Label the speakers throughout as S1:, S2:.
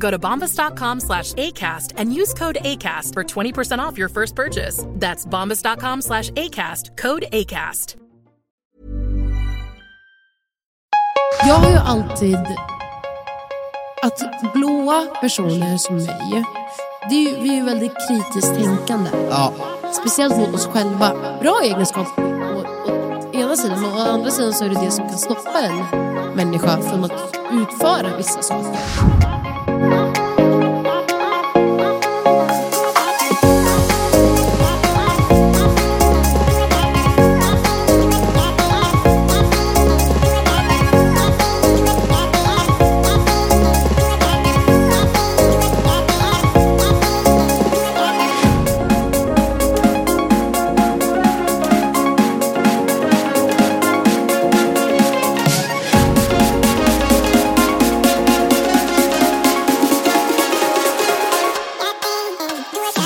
S1: Go to bombas.com slash ACAST and use code ACAST for 20% off your first purchase. That's bombas.com slash ACAST, code ACAST.
S2: Jag har ju alltid... Att blåa personer som mig, det är ju, vi är ju väldigt kritiskt tänkande.
S3: Ja.
S2: Speciellt mot oss själva. Bra egenskaper å, å ena sidan, men å andra sidan så är det det som kan stoppa en människa från att utföra vissa saker.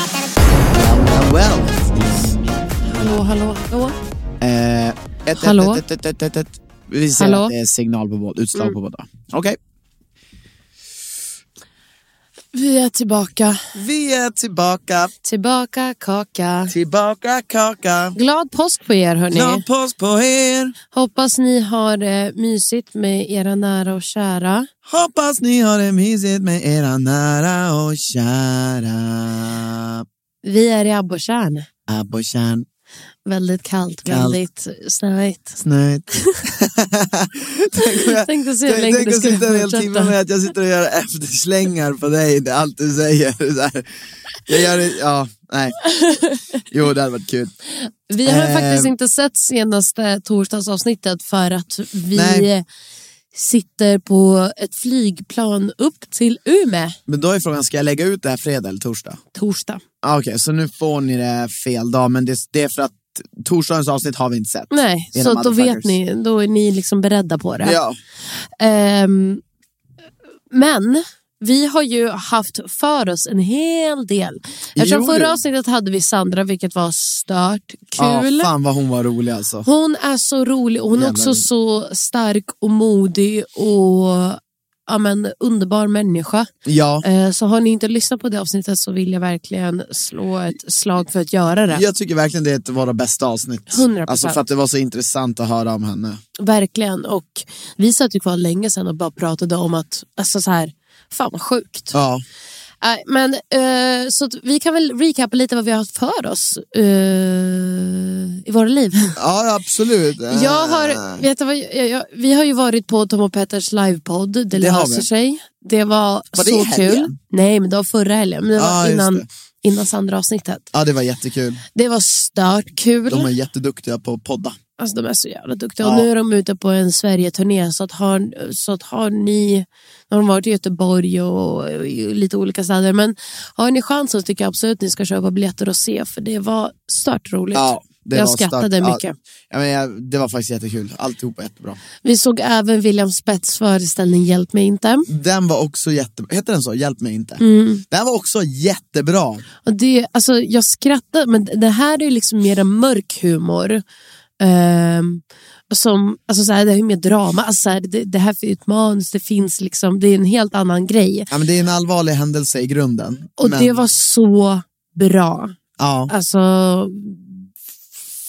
S3: Well, well.
S2: Hallå, hallå, hallå.
S3: Eh, ett, ett,
S2: Hallå?
S3: Ett, ett, ett, ett, ett. Vi ser
S2: Hallå? Mm.
S3: att det är signal på båda, utslag på båda. Okej.
S2: Vi är tillbaka.
S3: Vi är tillbaka.
S2: Tillbaka kaka.
S3: Tillbaka kaka.
S2: Glad påsk på er hörni.
S3: Glad påsk på er.
S2: Hoppas ni har eh, mysigt med era nära och kära.
S3: Hoppas ni har det mysigt med era nära och kära.
S2: Vi är i abborrtjärn.
S3: Abborrtjärn,
S2: Väldigt kallt,
S3: Kallt.
S2: väldigt snöigt.
S3: snöigt. tänk om jag-
S2: Tänkte se hur
S3: tänk-
S2: länge
S3: tänk
S2: du
S3: att
S2: skulle
S3: sitta en hel timme
S2: fortsätta.
S3: med att jag sitter och gör efterslängar på dig, det är allt du säger. Så här. Jag gör det, ja, nej. Jo, det hade varit kul.
S2: Vi har
S3: Eh.
S2: faktiskt inte sett senaste torsdagsavsnittet för att vi
S3: Nej.
S2: sitter på ett flygplan upp till Umeå
S3: Men då är frågan, ska jag lägga ut det här fredag eller torsdag?
S2: torsdag.
S3: Ah, Okej, så nu får ni det fel dag, men det, det är för att torsdagens avsnitt har vi inte sett.
S2: Nej,
S3: Era
S2: så då vet
S3: motherfuckers.
S2: ni, då är ni liksom beredda på det.
S3: Ja,
S2: Ehm, men vi har ju haft för oss en hel del. Eftersom
S3: Jo, du.
S2: förra avsnittet hade vi Sandra, vilket var stört
S3: ah,
S2: kul.
S3: fan vad hon var rolig alltså.
S2: hon är så rolig och hon är
S3: Jävlar.
S2: också så stark och modig och ja, men, underbar människa.
S3: Ja,
S2: Eh, så har ni inte lyssnat på det avsnittet så vill jag verkligen slå ett slag för att göra det.
S3: jag tycker verkligen det är ett av våra bästa avsnitt.
S2: 100%.
S3: Alltså för att det var så intressant att höra om henne.
S2: Verkligen. Och vi satt ju kvar länge sedan och bara pratade om att, alltså så här, fan vad sjukt.
S3: Ja,
S2: Nej, men eh, så att vi kan väl recapa lite vad vi har haft för oss eh, i våra liv.
S3: ja absolut. Eh,
S2: Jag har, vet du vad, jag, jag, vi har ju varit på Tom och Petters livepodd, Det,
S3: Det har
S2: löser
S3: vi.
S2: sig. Det var,
S3: Var det i
S2: så
S3: helgen?
S2: kul. Nej, men det var förra helgen. Men det
S3: Ja,
S2: var
S3: just
S2: innan,
S3: det.
S2: innan Sandra avsnittet.
S3: Ja, det var jättekul.
S2: Det var stört kul.
S3: De är jätteduktiga på att podda.
S2: Alltså de är så jävla duktiga.
S3: Ja.
S2: Och nu är de ute på en Sverigeturné så att har, så att har ni, de har varit i Göteborg och, och i lite olika städer, men har ni chansen så tycker jag absolut ni ska köpa biljetter och se för det var stört roligt.
S3: Ja, det
S2: jag
S3: var
S2: skrattade
S3: starkt.
S2: mycket.
S3: Ja, ja, men jag, det var faktiskt jättekul. Alltihopa jättebra.
S2: Vi såg även William Spets föreställning Hjälp mig inte.
S3: Den var också jättebra. Heter den så? Hjälp mig inte.
S2: Mm.
S3: Den var också jättebra.
S2: Och det, alltså, jag skrattade, men det här är ju liksom mer en mörk humor. Ehm, som, alltså, så här, det är ju mer drama, alltså, så här, det, det här är ett manus, det finns liksom, det är en helt annan grej.
S3: Ja, men det är en allvarlig händelse i grunden.
S2: Och
S3: men,
S2: det var så bra.
S3: ja.
S2: Alltså,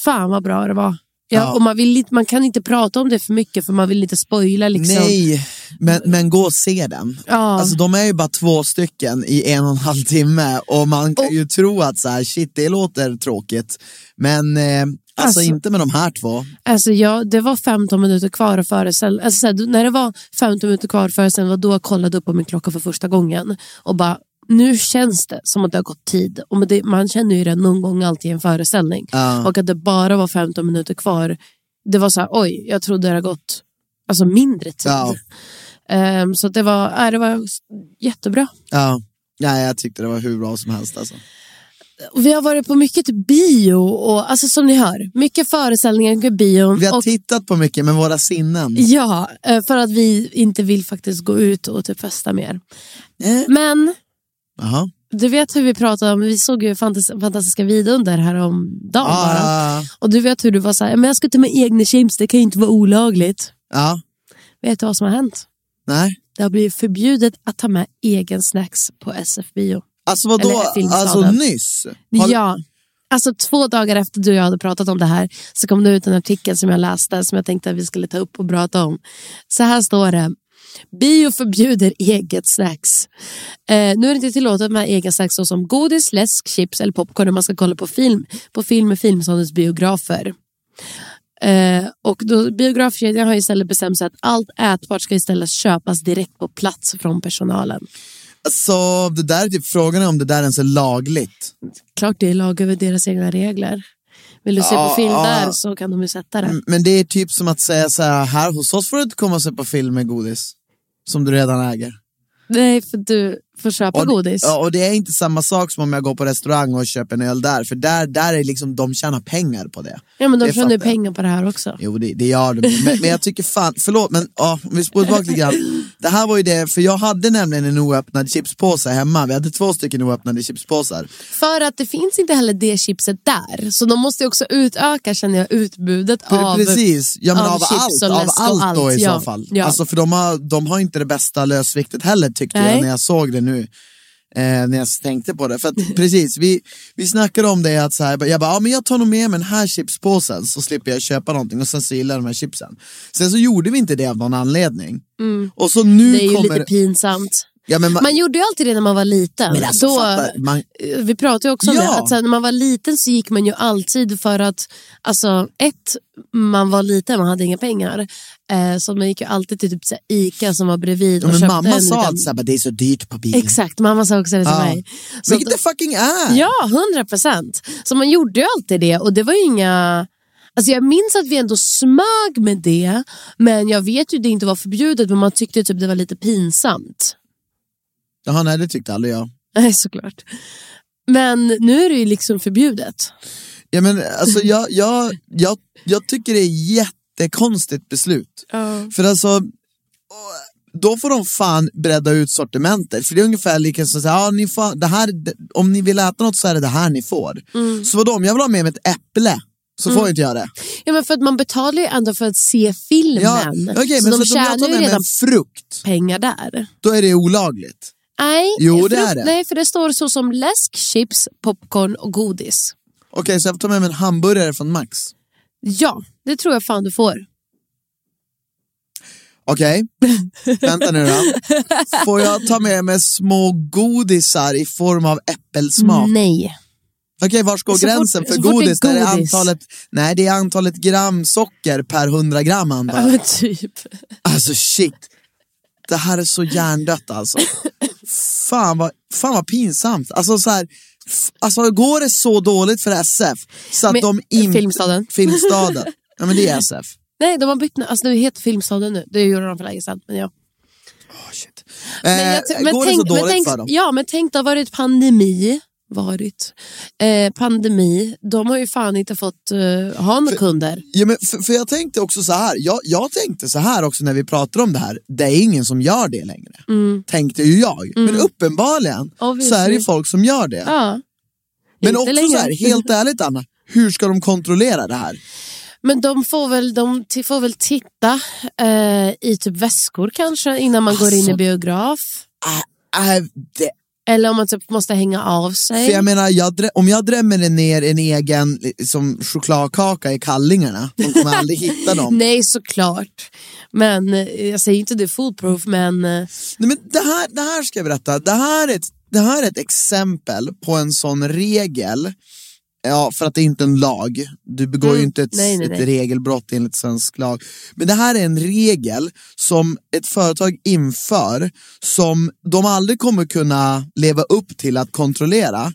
S2: fan vad bra det var. Ja,
S3: Ja.
S2: Och man, vill, inte- man kan inte prata om det för mycket för man vill inte spoila. Liksom.
S3: Nej, Men, men gå och se den.
S2: Ja.
S3: Alltså, de är ju bara två stycken i en och en halv timme och man kan ju tro att så här, shit det låter tråkigt. Men eh, alltså,
S2: Alltså-
S3: inte med de här två.
S2: Alltså jag, det var 15 minuter kvar av föreställningen. Alltså så här, när det var 15 minuter kvar av föreställningen var då jag kollade upp på min klocka för första gången och bara nu känns det som att det har gått tid. Och men det, man känner ju det någon gång alltid i en föreställning.
S3: Ja.
S2: Och att det bara var 15 minuter kvar. Det var så här, oj, jag trodde det hade gått alltså mindre tid.
S3: Ja.
S2: Ehm, så att det var, äh, det var s- jättebra.
S3: Ja. ja, jag tyckte det var hur bra som helst alltså.
S2: Och vi har varit på mycket typ bio och alltså som ni hör, mycket föreställningar, mycket bio.
S3: Vi har
S2: och,
S3: tittat på mycket med våra sinnen.
S2: Ja, eh, för att vi inte vill faktiskt gå ut och typ festa mer.
S3: Eh,
S2: Men
S3: Jaha.
S2: du vet hur vi pratade om, vi såg ju fantas- fantastiska vidunder häromdagen
S3: Ah.
S2: bara.
S3: Ja,
S2: Och du vet hur du var så här, men jag ska ta med egna chips, det kan ju inte vara olagligt.
S3: ja,
S2: Vet du vad som har hänt?
S3: nej.
S2: Det har blivit förbjudet att ta med egen snacks på SF-bio.
S3: Alltså vadå,
S2: Eller Filmstaden.
S3: alltså nyss? Har-
S2: Ja. Alltså två dagar efter du och jag hade pratat om det här så kom det ut en artikel som jag läste som jag tänkte att vi skulle ta upp och prata om. Så här står det. Bio förbjuder eget snacks. Eh, nu är det inte tillåtet med egna snacks såsom godis, läsk, chips eller popcorn när man ska kolla på film på film med Filmstadens biografer. Eh, och då, biografkedjan har istället bestämt sig att allt ätbart ska istället köpas direkt på plats från personalen.
S3: Så det där är typ frågan är om det där ens är lagligt.
S2: klart det är lag över deras egna regler. Vill du se
S3: Ja,
S2: på film
S3: ja.
S2: där så kan de ju sätta det.
S3: M- Men det är typ som att säga så här, här hos oss får du inte komma och se på film med godis. Som du redan äger.
S2: Nej, för du får köpa
S3: Och,
S2: godis.
S3: Ja, och det är inte samma sak som om jag går på restaurang och köper en öl där, för där, där är liksom, de tjänar pengar på det.
S2: ja, men de
S3: det
S2: tjänar ju
S3: fattar jag.
S2: pengar på det här också.
S3: Jo, det, det gör de. Men, men jag tycker fan, förlåt, men ja, om vi spolar tillbaka lite grann. Det här var ju det, för jag hade nämligen en oöppnad chipspåse hemma. Vi hade två stycken oöppnade chipspåsar.
S2: För att det finns inte heller det chipset där. Så de måste ju också utöka, känner jag, utbudet
S3: Pre-
S2: av...
S3: Precis, ja, men
S2: av
S3: av,
S2: chips
S3: allt,
S2: och
S3: av
S2: läsk och
S3: allt, då
S2: allt,
S3: i
S2: ja.
S3: så fall.
S2: Ja.
S3: Alltså, för de har, de har inte det bästa lösviktet heller tyckte
S2: Nej.
S3: jag när jag såg det nu. Eh, när jag tänkte på det. För att, precis, vi, vi snackade om det att så här, jag bara, ja, men jag tar nog med mig den här chipspåsen så slipper jag köpa någonting och sen så gillar jag de här chipsen. Sen så gjorde vi inte det av någon anledning. Och så nu
S2: Mm. Det är ju
S3: kommer...
S2: lite pinsamt.
S3: ja, men, man,
S2: Man gjorde ju alltid det när man var liten.
S3: men alltså,
S2: Då,
S3: fattar- man,
S2: eh, vi pratade ju också om
S3: Ja.
S2: det, att så här, när man var liten så gick man ju alltid för att, alltså ett, man var liten, man hade inga pengar. Eh, så man gick ju alltid till typ så här, Ica som var bredvid
S3: ja,
S2: och
S3: men
S2: köpte
S3: mamma
S2: en
S3: sa
S2: liten-
S3: att så här, bara, det är så dyrt på bilen.
S2: Exakt, mamma sa också det till
S3: Ja.
S2: mig. Så
S3: Vilket det fucking är!
S2: Ja, hundra procent. Så man gjorde ju alltid det och det var ju inga... Alltså jag minns att vi ändå smög med det, men jag vet ju att det inte var förbjudet, men man tyckte ju typ det var lite pinsamt.
S3: Jaha, nej det tyckte aldrig jag.
S2: Nej, såklart. Men nu är det ju liksom förbjudet.
S3: Ja, men, alltså, jag, jag, jag, jag tycker det är jättekonstigt beslut. För alltså, då får de fan bredda ut sortimentet. För det är ungefär lika som att säga, ja, ni får, det här, om ni vill äta något så är det det här ni får.
S2: Mm.
S3: Så vadå, om jag vill ha med mig ett äpple så får jag inte göra det.
S2: Ja, men för att man betalar ju ändå för att se filmen.
S3: Ja, okej,
S2: så
S3: men
S2: de
S3: för att
S2: tjänar
S3: om jag tar
S2: ju
S3: med mig
S2: redan
S3: en frukt,
S2: pengar där.
S3: då är det olagligt.
S2: Nej,
S3: Jo,
S2: för
S3: det är det.
S2: Nej, för det står så som läsk, chips, popcorn och godis.
S3: Okej, så jag får ta med mig en hamburgare från Max.
S2: Ja, det tror jag fan du får.
S3: Okej, vänta nu då. Får jag ta med mig små godisar i form av äppelsmak?
S2: Nej.
S3: Okej, var går
S2: Så fort-
S3: gränsen för
S2: så fort det är
S3: godis? Där är
S2: godis.
S3: antalet, nej, det är antalet gram socker per 100 gram antar
S2: Ja,
S3: jag.
S2: men typ.
S3: Alltså shit, det här är så hjärndött alltså. Fan vad, fan vad pinsamt. Alltså, så här, f- alltså går det så dåligt för SF? Så att
S2: Men-
S3: de inte...
S2: Filmstaden.
S3: Filmstaden. Ja men det är SF.
S2: Nej, de har bytt nu. Alltså, det heter Filmstaden nu. Det gjorde de för länge sedan. Men ja.
S3: Åh, shit.
S2: Men
S3: eh,
S2: jag ty- men
S3: går det så
S2: tänk- men
S3: dåligt
S2: tänk-
S3: för dem?
S2: Ja, men tänk det har varit pandemi. Varit. Eh, pandemi. De har ju fan inte fått eh, ha några kunder.
S3: Ja, men för, för jag tänkte också så här, jag, jag tänkte så här också när vi pratade om det här, det är ingen som gör det längre. Tänkte ju jag, men uppenbarligen så
S2: Mm. Obviously.
S3: är det ju folk som gör det.
S2: Ja.
S3: men
S2: inte
S3: också
S2: längre.
S3: så här, helt ärligt Anna, hur ska de kontrollera det här?
S2: Men de får väl, de t- får väl titta eh, i typ väskor kanske innan man går in i
S3: Alltså.
S2: biograf.
S3: Äh, äh, det
S2: Eller om man typ måste hänga av sig.
S3: För jag menar, jag drä- om jag drämmer ner en egen liksom, chokladkaka i kallingarna, de kommer aldrig hitta dem.
S2: Nej, såklart. Men eh, jag säger inte det är foolproof, men eh,
S3: Nej, men det, här, det här ska jag berätta. Det här, är ett, det här är ett exempel på en sån regel. Ja, för att det är inte en lag. Du begår
S2: Mm.
S3: ju inte ett,
S2: Nej, nej, nej.
S3: ett regelbrott enligt svensk lag. Men det här är en regel som ett företag inför som de aldrig kommer kunna leva upp till att kontrollera.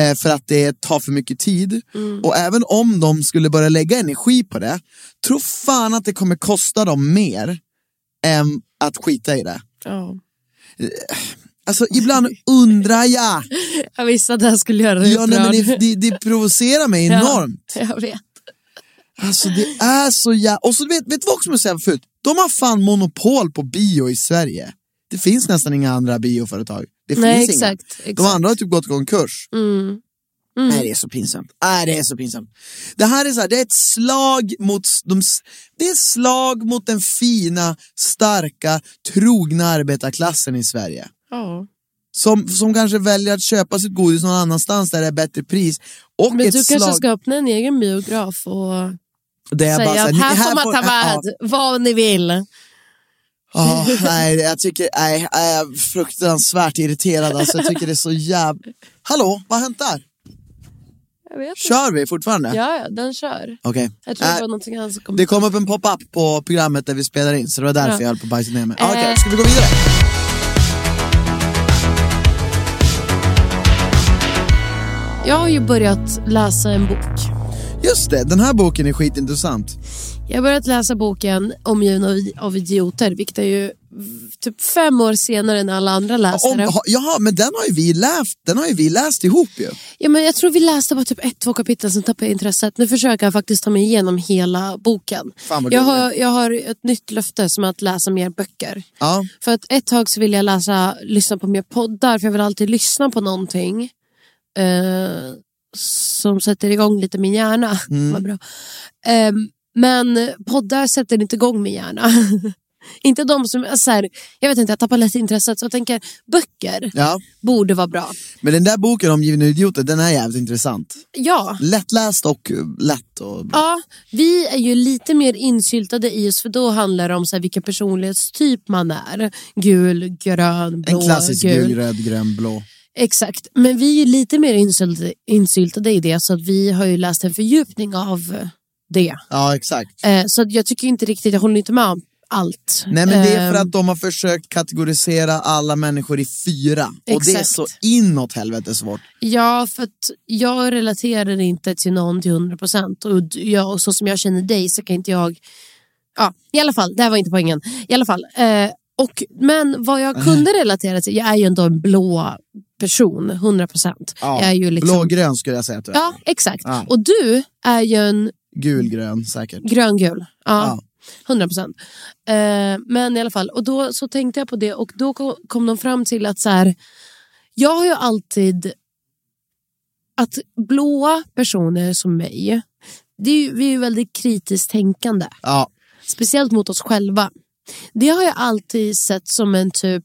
S3: eh, För att det tar för mycket tid.
S2: Mm.
S3: Och även om de skulle börja lägga energi på det, tro fan att det kommer kosta dem mer än att skita i det.
S2: ja.
S3: Alltså ibland undrar jag.
S2: jag visste att det här skulle göra dig
S3: Ja, nej, men det,
S2: upprörd.
S3: det, det provocerar mig
S2: Ja,
S3: enormt.
S2: Jag vet.
S3: Alltså det är så jä... Och så vet, vet du vad också jag säga förut? De har fan monopol på bio i Sverige. Det finns nästan inga andra bioföretag. Det
S2: Nej,
S3: finns inga.
S2: exakt. exakt.
S3: De andra har typ gått konkurs.
S2: Mm.
S3: Nej, det är så pinsamt. Nej, det är så pinsamt. Det här är så här, det är ett slag mot s- de, s- det är ett slag mot den fina, starka, trogna arbetarklassen i Sverige.
S2: Ja.
S3: som, som kanske väljer att köpa sitt godis någon annanstans där det är bättre pris. Och
S2: Men
S3: ett
S2: du
S3: slag...
S2: kanske ska öppna en egen biograf och
S3: det är
S2: säga
S3: bara så
S2: att
S3: ni-
S2: här får man ta
S3: ja,
S2: vad, vad ni vill.
S3: ja, nej, jag tycker, nej, jag är fruktansvärt irriterad alltså. Jag tycker det är så jävla... Hallå, vad har hänt där?
S2: Jag vet inte.
S3: Kör vi fortfarande?
S2: Ja, ja, den kör.
S3: Okej.
S2: Jag tror
S3: Äh,
S2: det var någonting annat som kom.
S3: det kom upp en pop-up på programmet där vi spelar in, så det var därför
S2: Ja.
S3: jag höll på att bajsa ner mig.
S2: Eh.
S3: Okej, ska vi gå vidare?
S2: Jag har ju börjat läsa en bok.
S3: Just det, den här boken är skitintressant.
S2: Jag har börjat läsa boken Omgiven av- av idioter, vilket är ju v- typ fem år senare än alla andra
S3: Om,
S2: läsare.
S3: ha, jaha, men den har ju vi läst, den har ju vi läst ihop ju.
S2: Ja, men jag tror vi läste bara typ ett, två kapitel, sen tappade jag intresset. Nu försöker jag faktiskt ta mig igenom hela boken.
S3: Fan vad
S2: jag,
S3: gulligt.
S2: har, jag har ett nytt löfte som är att läsa mer böcker.
S3: Ja,
S2: För att ett tag så ville jag läsa, lyssna på mer poddar, för jag vill alltid lyssna på någonting eh, som sätter igång lite min hjärna.
S3: Mm.
S2: Vad bra. Ehm, men poddar sätter inte igång min hjärna. inte de som, så här, jag vet inte, jag tappar lite intresset. Så jag tänker, böcker
S3: ja.
S2: borde vara bra.
S3: Men den där boken om givna idioter, den är jävligt intressant.
S2: Ja.
S3: lättläst och eh, lätt och bra.
S2: Ja, vi är ju lite mer insyltade i oss för då handlar det om så här, vilken personlighetstyp man är. Gul, grön, blå,
S3: En klassisk
S2: gul.
S3: gul, röd, grön, blå.
S2: Exakt, men vi är ju lite mer insyltade, insyltade i det så att vi har ju läst en fördjupning av det.
S3: Ja, exakt.
S2: Eh, så att jag tycker inte riktigt, jag håller inte med om allt.
S3: Nej, men det är för
S2: Ehm,
S3: att de har försökt kategorisera alla människor i fyra. Och det är
S2: Exakt.
S3: så inåt helvete svårt.
S2: Ja, för att jag relaterar inte till någon till 100 procent. Och, d- jag- och så som jag känner dig så kan inte jag... Ja, i alla fall, det här var inte poängen. I alla fall. Eh, och, men vad jag kunde relatera till, jag är ju ändå en blå person, 100 procent.
S3: Ja,
S2: jag är ju liksom...
S3: Blågrön skulle jag säga att du är.
S2: Ja, exakt.
S3: Ja.
S2: Och du är ju en
S3: Gulgrön säkert.
S2: gröngul.
S3: Ja.
S2: Ja, 100 procent. Eh, men i alla fall, och då så tänkte jag på det och då ko- kom de fram till att så här, jag har ju alltid att blåa personer som mig, det är ju, vi är ju väldigt kritiskt tänkande,
S3: Ja,
S2: speciellt mot oss själva. Det har jag alltid sett som en typ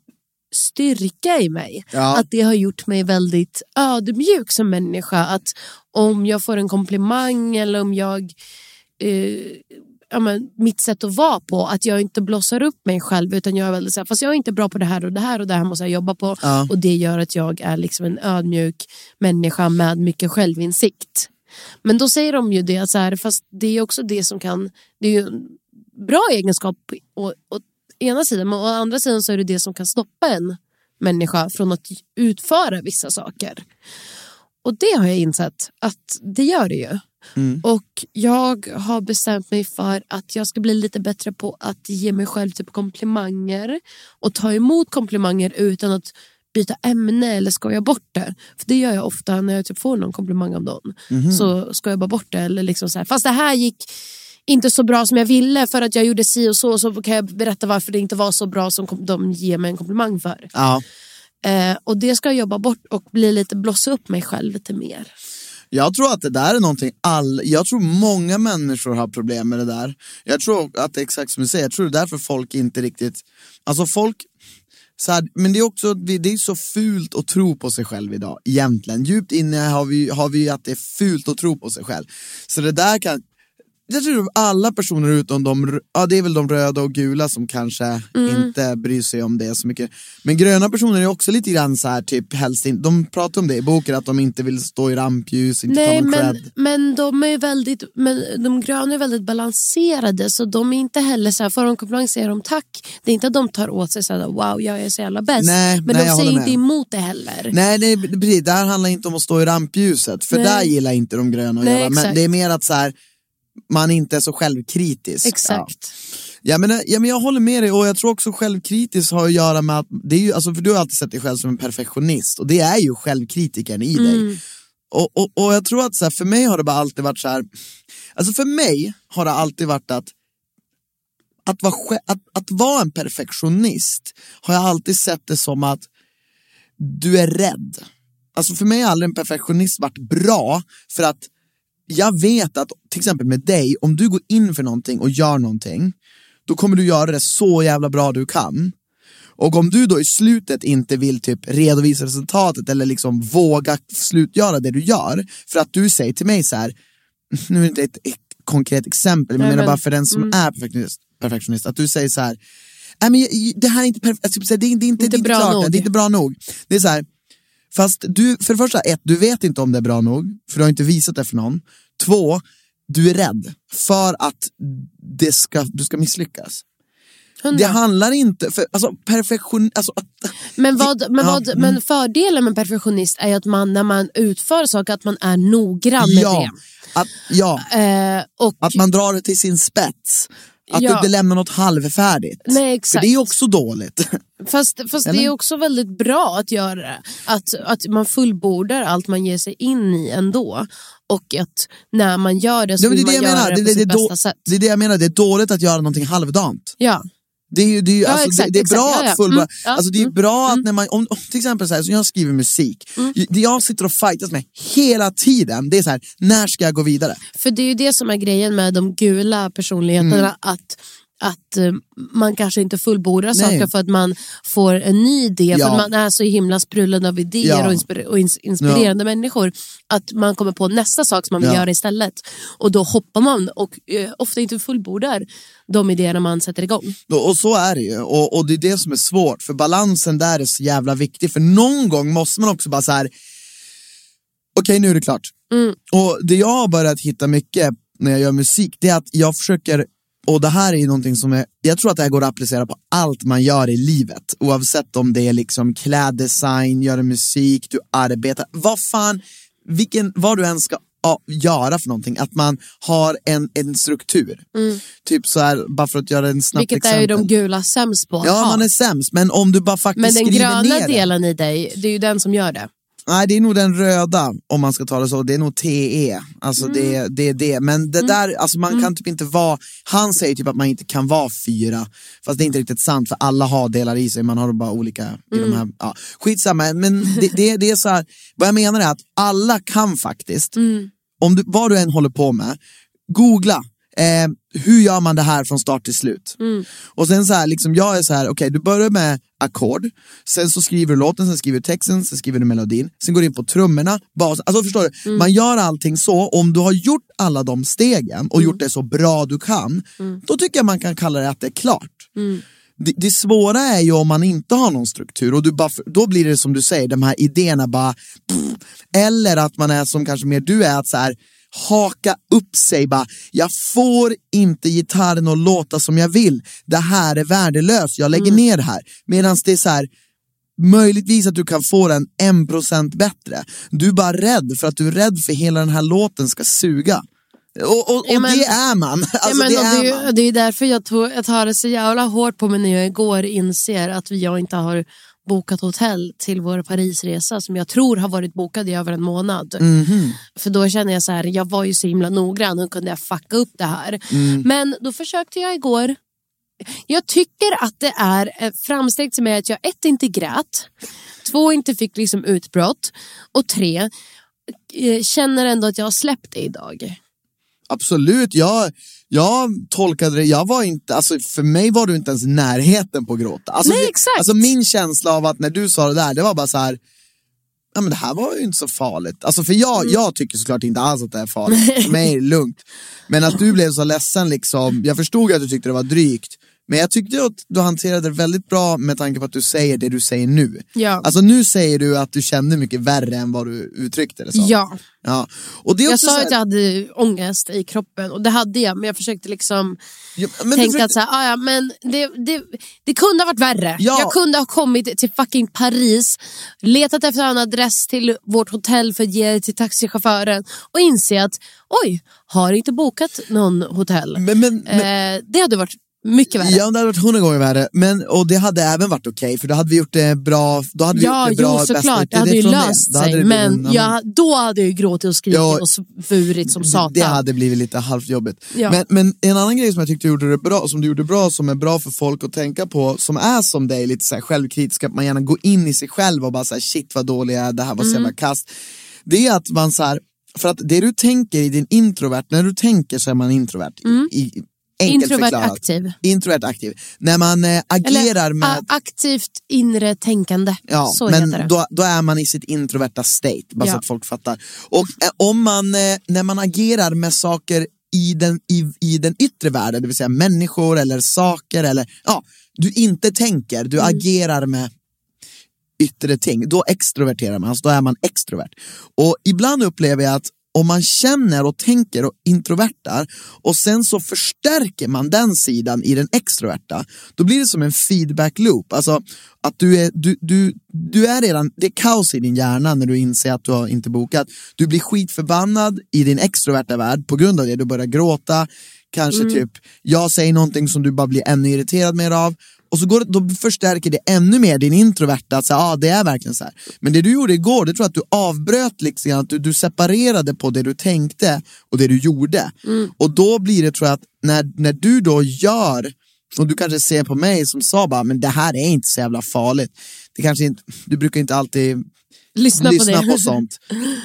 S2: styrka i mig.
S3: ja.
S2: Att det har gjort mig väldigt ödmjuk som människa. Att om jag får en komplimang eller om jag... Eh, ja, men, mitt sätt att vara på, att jag inte blossar upp mig själv utan jag är väldigt så här, fast jag är inte bra på det här och det här och det här måste jag jobba på.
S3: Ja.
S2: Och det gör att jag är liksom en ödmjuk människa med mycket självinsikt. Men då säger de ju det, att så här, fast det är också det som kan, det är ju en bra egenskap å, å ena sidan, men å andra sidan så är det det som kan stoppa en människa från att utföra vissa saker. Och det har jag insett att det gör det ju. Och jag har bestämt mig för att jag ska bli lite bättre på att ge mig själv typ komplimanger och ta emot komplimanger utan att byta ämne eller skoja bort det. För det gör jag ofta när jag typ får någon komplimang av någon. Så skojar jag bara bort det. Eller liksom så här, fast det här gick inte så bra som jag ville för att jag gjorde si och så. Så kan jag berätta varför det inte var så bra som kom- de ger mig en komplimang för.
S3: ja.
S2: Eh, och det ska jag jobba bort och bli lite blossa upp mig själv lite mer.
S3: Jag tror att det där är någonting all... Jag tror många människor har problem med det där. Jag tror att det är exakt som du säger. Jag tror det är därför folk inte riktigt... Alltså folk... Så här, men det är också vi- det är så fult att tro på sig själv idag, egentligen. Djupt inne har vi, har vi att det är fult att tro på sig själv. Så det där kan... Jag tror alla personer utom de, r- ja det är väl de röda och gula som kanske
S2: Mm.
S3: inte bryr sig om det så mycket. Men gröna personer är också lite grann så här, typ helst in, de pratar om det i boken att de inte vill stå i rampljus, inte
S2: Nej,
S3: ta någon
S2: men,
S3: cred.
S2: men, de är ju väldigt, men de gröna är väldigt balanserade så de är inte heller så här, får de komplimang säger de tack. Det är inte att de tar åt sig så här, wow jag är så jävla bäst.
S3: Nej,
S2: men
S3: nej,
S2: de
S3: jag
S2: säger
S3: håller
S2: inte
S3: med.
S2: emot det heller.
S3: Nej, nej precis, det här handlar inte om att stå i rampljuset, för
S2: Nej.
S3: där gillar inte de gröna att
S2: Nej,
S3: göra.
S2: exakt.
S3: Men det är mer att så här, man inte är så självkritisk. Ja.
S2: Exakt.
S3: Ja, men, ja, men jag håller med dig och jag tror också självkritisk har att göra med att, det är ju, alltså, för du har alltid sett dig själv som en perfektionist och det är ju självkritiken i
S2: Mm.
S3: dig. Och, och, och jag tror att så här, för mig har det bara alltid varit så här, alltså för mig har det alltid varit att att vara, sj- att, att vara en perfektionist har jag alltid sett det som att du är rädd. Alltså för mig har aldrig en perfektionist varit bra för att jag vet att till exempel med dig, om du går in för någonting och gör någonting, då kommer du göra det så jävla bra du kan. Och om du då i slutet inte vill typ redovisa resultatet eller liksom våga slutgöra det du gör, för att du säger till mig så här, nu är det inte ett ett konkret exempel, men jag
S2: Nej,
S3: menar
S2: men- mm.
S3: bara för den som är perfektionist, perfektionist, att du säger så här, Nej, men jag- det här är inte perfekt, alltså, typ så här, det är inte, det är inte,
S2: Inte
S3: det är inte
S2: bra
S3: klart, än,
S2: nog.
S3: det är inte bra nog. Det är så här, Fast du, för det första, ett, du vet inte om det är bra nog, för du har inte visat det för någon. Två, du är rädd för att det ska, du ska misslyckas. Det handlar inte, för, alltså perfektion, alltså, att-
S2: Men, vad, men,
S3: Ja,
S2: vad,
S3: mm.
S2: men fördelen med perfektionist är ju att man när man utför saker att man är noggrann med
S3: ja, att, ja,
S2: det. Eh, och,
S3: att man drar det till sin spets. Att
S2: Ja.
S3: du inte lämnar något halvfärdigt.
S2: Nej,
S3: För
S2: exakt.
S3: det är också dåligt.
S2: Fast, fast det är
S3: Eller?
S2: också väldigt bra att göra det. Att, att man fullbordar allt man ger sig in i ändå. Och att när man gör det så
S3: Ja, men det
S2: vill
S3: är det
S2: man
S3: jag
S2: göra
S3: menar.
S2: det
S3: Det,
S2: på
S3: det, det,
S2: sitt
S3: är då-
S2: bästa sätt.
S3: det är det jag menar, det är dåligt att göra någonting halvdant.
S2: Ja.
S3: Det är ju, det är ju, alltså,
S2: exakt,
S3: det, det är
S2: exakt.
S3: bra
S2: Ja, ja.
S3: att fullborda.
S2: Mm, ja,
S3: alltså, det är
S2: mm,
S3: bra att när man, om, om, till exempel så här, som jag skriver musik, ju- det jag sitter och fightas med hela tiden, det är så här, när ska jag gå vidare?
S2: För det är ju det som är grejen med de gula personligheterna.
S3: Mm.
S2: Att, att eh, man kanske inte fullbordar saker för att man får en ny idé. För
S3: Ja.
S2: att man är så himla sprullen av idéer
S3: Ja.
S2: och, inspir- och ins- inspirerande människor. Att man kommer på nästa sak som man vill
S3: Ja.
S2: göra istället. Och då hoppar man och eh, ofta inte fullbordar de idéerna man sätter igång.
S3: Och, och så är det ju, och, och det är det som är svårt, för balansen där är så jävla viktig, för någon gång måste man också bara så här. okej nu är det klart.
S2: Mm.
S3: Och det jag har börjat hitta mycket när jag gör musik, det är att jag försöker och det här är ju någonting som är, jag tror att det här går att applicera på allt man gör i livet. Oavsett om det är liksom kläddesign, göra musik, du arbetar, vad fan, vilken, vad du än ska ja, göra för någonting. Att man har en, en struktur. Typ så här, bara för att göra en snabbt
S2: Mm. Vilket
S3: exempel.
S2: är ju de gula sämst på att
S3: Ja,
S2: ha.
S3: man är sämst, men om du bara faktiskt
S2: Men den
S3: skriver ner
S2: gröna
S3: det.
S2: delen i dig, det är ju den som gör det.
S3: Nej, det är nog den röda om man ska ta det så. Det är nog TE. Alltså det, det är det. Men det där, alltså man kan typ inte vara, han säger typ att man inte kan vara fyra. Fast det är inte riktigt sant för alla har delar i sig. Man har bara olika i de här, ja. Skitsamma, men det, det, det är så här, vad jag menar är att alla kan faktiskt, om du, vad du än håller på med, googla. Eh, hur gör man det här från start till slut? Och sen så här, liksom, jag är så här, okej du börjar med ackord, sen så skriver du låten, sen skriver du texten, sen skriver du melodin, sen går du in på trummorna, basen. Alltså förstår du, man gör allting så, om du har gjort alla de stegen och gjort det så bra du kan, då tycker jag man kan kalla det att det är klart. Det, det svåra är ju om man inte har någon struktur och du bara, då blir det som du säger, de här idéerna bara eller att man är som kanske mer du är, att så här, haka upp sig bara, jag får inte gitarren att låta som jag vill, det här är värdelöst, jag lägger
S2: Mm.
S3: ner det här. Medan det är så här, möjligtvis att du kan få den 1% bättre. Du är bara rädd för att du är rädd för hela den här låten ska suga. Och, och, och
S2: Ja, men-
S3: det är man. Alltså,
S2: ja, men,
S3: det
S2: och
S3: är
S2: det,
S3: man.
S2: är ju- det är därför jag, tog, jag tar det så jävla hårt på mig när jag igår inser att jag inte har bokat hotell till vår Parisresa som jag tror har varit bokad i över en månad.
S3: Mhm.
S2: För då känner jag så här, jag var ju så himla noggrann, hur kunde jag fucka upp det här?
S3: Mm.
S2: Men då försökte jag igår. Jag tycker att det är ett framsteg till mig att jag ett, inte grät, två, inte fick liksom utbrott och tre, eh, känner ändå att jag har släppt det idag.
S3: Absolut, jag, jag tolkade det, jag var inte, alltså för mig var du inte ens i närheten på att gråta. Alltså,
S2: Nej,
S3: det-
S2: exakt.
S3: Alltså min känsla av att när du sa det där, det var bara så här, ja men det här var ju inte så farligt. Alltså för jag,
S2: Mm.
S3: jag tycker såklart inte alls att det är farligt, för mig är det lugnt. Men att du blev så ledsen liksom, jag förstod att du tyckte det var drygt. Men jag tyckte att du hanterade det väldigt bra med tanke på att du säger det du säger nu.
S2: Ja.
S3: Alltså nu säger du att du kände mycket värre än vad du uttryckte det som.
S2: Ja.
S3: Ja. Och det är
S2: Jag
S3: också så
S2: sa
S3: här-
S2: att jag hade ångest i kroppen och det hade jag men jag försökte liksom
S3: Ja, men du
S2: tänka
S3: försökte-
S2: att så här, "Ah, ja, men det, det, det kunde ha varit värre.
S3: Ja.
S2: Jag kunde ha kommit till fucking Paris, letat efter en adress till vårt hotell för att ge det till taxichauffören och inse att oj, har inte bokat någon hotell.
S3: Men, men, men,
S2: eh, det hade varit mycket värre.
S3: Ja, det hade varit hundra gånger värre. Men, och det hade även varit okej, för då hade vi gjort det bra. Då hade vi
S2: Ja,
S3: gjort det bra,
S2: jo
S3: bästa-
S2: såklart. Det
S3: är
S2: hade ju
S3: från
S2: löst
S3: Då hade
S2: sig.
S3: det blivit en
S2: Men
S3: annan-
S2: jag, då hade jag ju gråtit och skrikit
S3: Ja.
S2: och svurit som satan.
S3: Det hade blivit lite halvjobbigt.
S2: Ja.
S3: Men, men en annan grej som jag tyckte du gjorde det bra, som du gjorde bra, som är bra för folk att tänka på, som är som dig, lite så här självkritisk, att man gärna går in i sig själv och bara så här, shit vad dålig jag är, det här var så
S2: Mm.
S3: jävla kast. Det är att man så här, för att det du tänker i din introvert, när du tänker så är man introvert. I, enkelt
S2: Mm. Introvert
S3: förklarat.
S2: aktiv.
S3: Introvert aktiv. När man eh,
S2: Eller
S3: agerar med...
S2: a- aktivt inre tänkande.
S3: Ja,
S2: så
S3: men
S2: heter det.
S3: Då, då är man i sitt introverta state, bara så
S2: Ja.
S3: att folk fattar. Och eh, om man, eh, när man agerar med saker i den, i, i den yttre världen, det vill säga människor eller saker eller ja, du inte tänker,
S2: Mm.
S3: du agerar med yttre ting, då extroverterar man, alltså då är man extrovert. Och ibland upplever jag att om man känner och tänker och introvertar och sen så förstärker man den sidan i den extroverta, då blir det som en feedback loop. Alltså att du är, du, du, du är redan, det är kaos i din hjärna när du inser att du har inte bokat. Du blir skitförbannad i din extroverta värld på grund av det. Du börjar gråta, kanske typ, jag säger någonting som du bara blir ännu irriterad mer av. Och så går, det- då förstärker det ännu mer din introverta, att säga, ah, det är verkligen så här. Men det du gjorde igår, det tror jag att du avbröt, liksom, att du, du separerade på det du tänkte och det du gjorde.
S2: Mm.
S3: Och då blir det, tror jag, att när, när du då gör, och du kanske ser på mig som sa bara, men det här är inte så jävla farligt. Det kanske inte, du brukar inte alltid
S2: lyssna,
S3: lyssna
S2: på det.
S3: på sånt.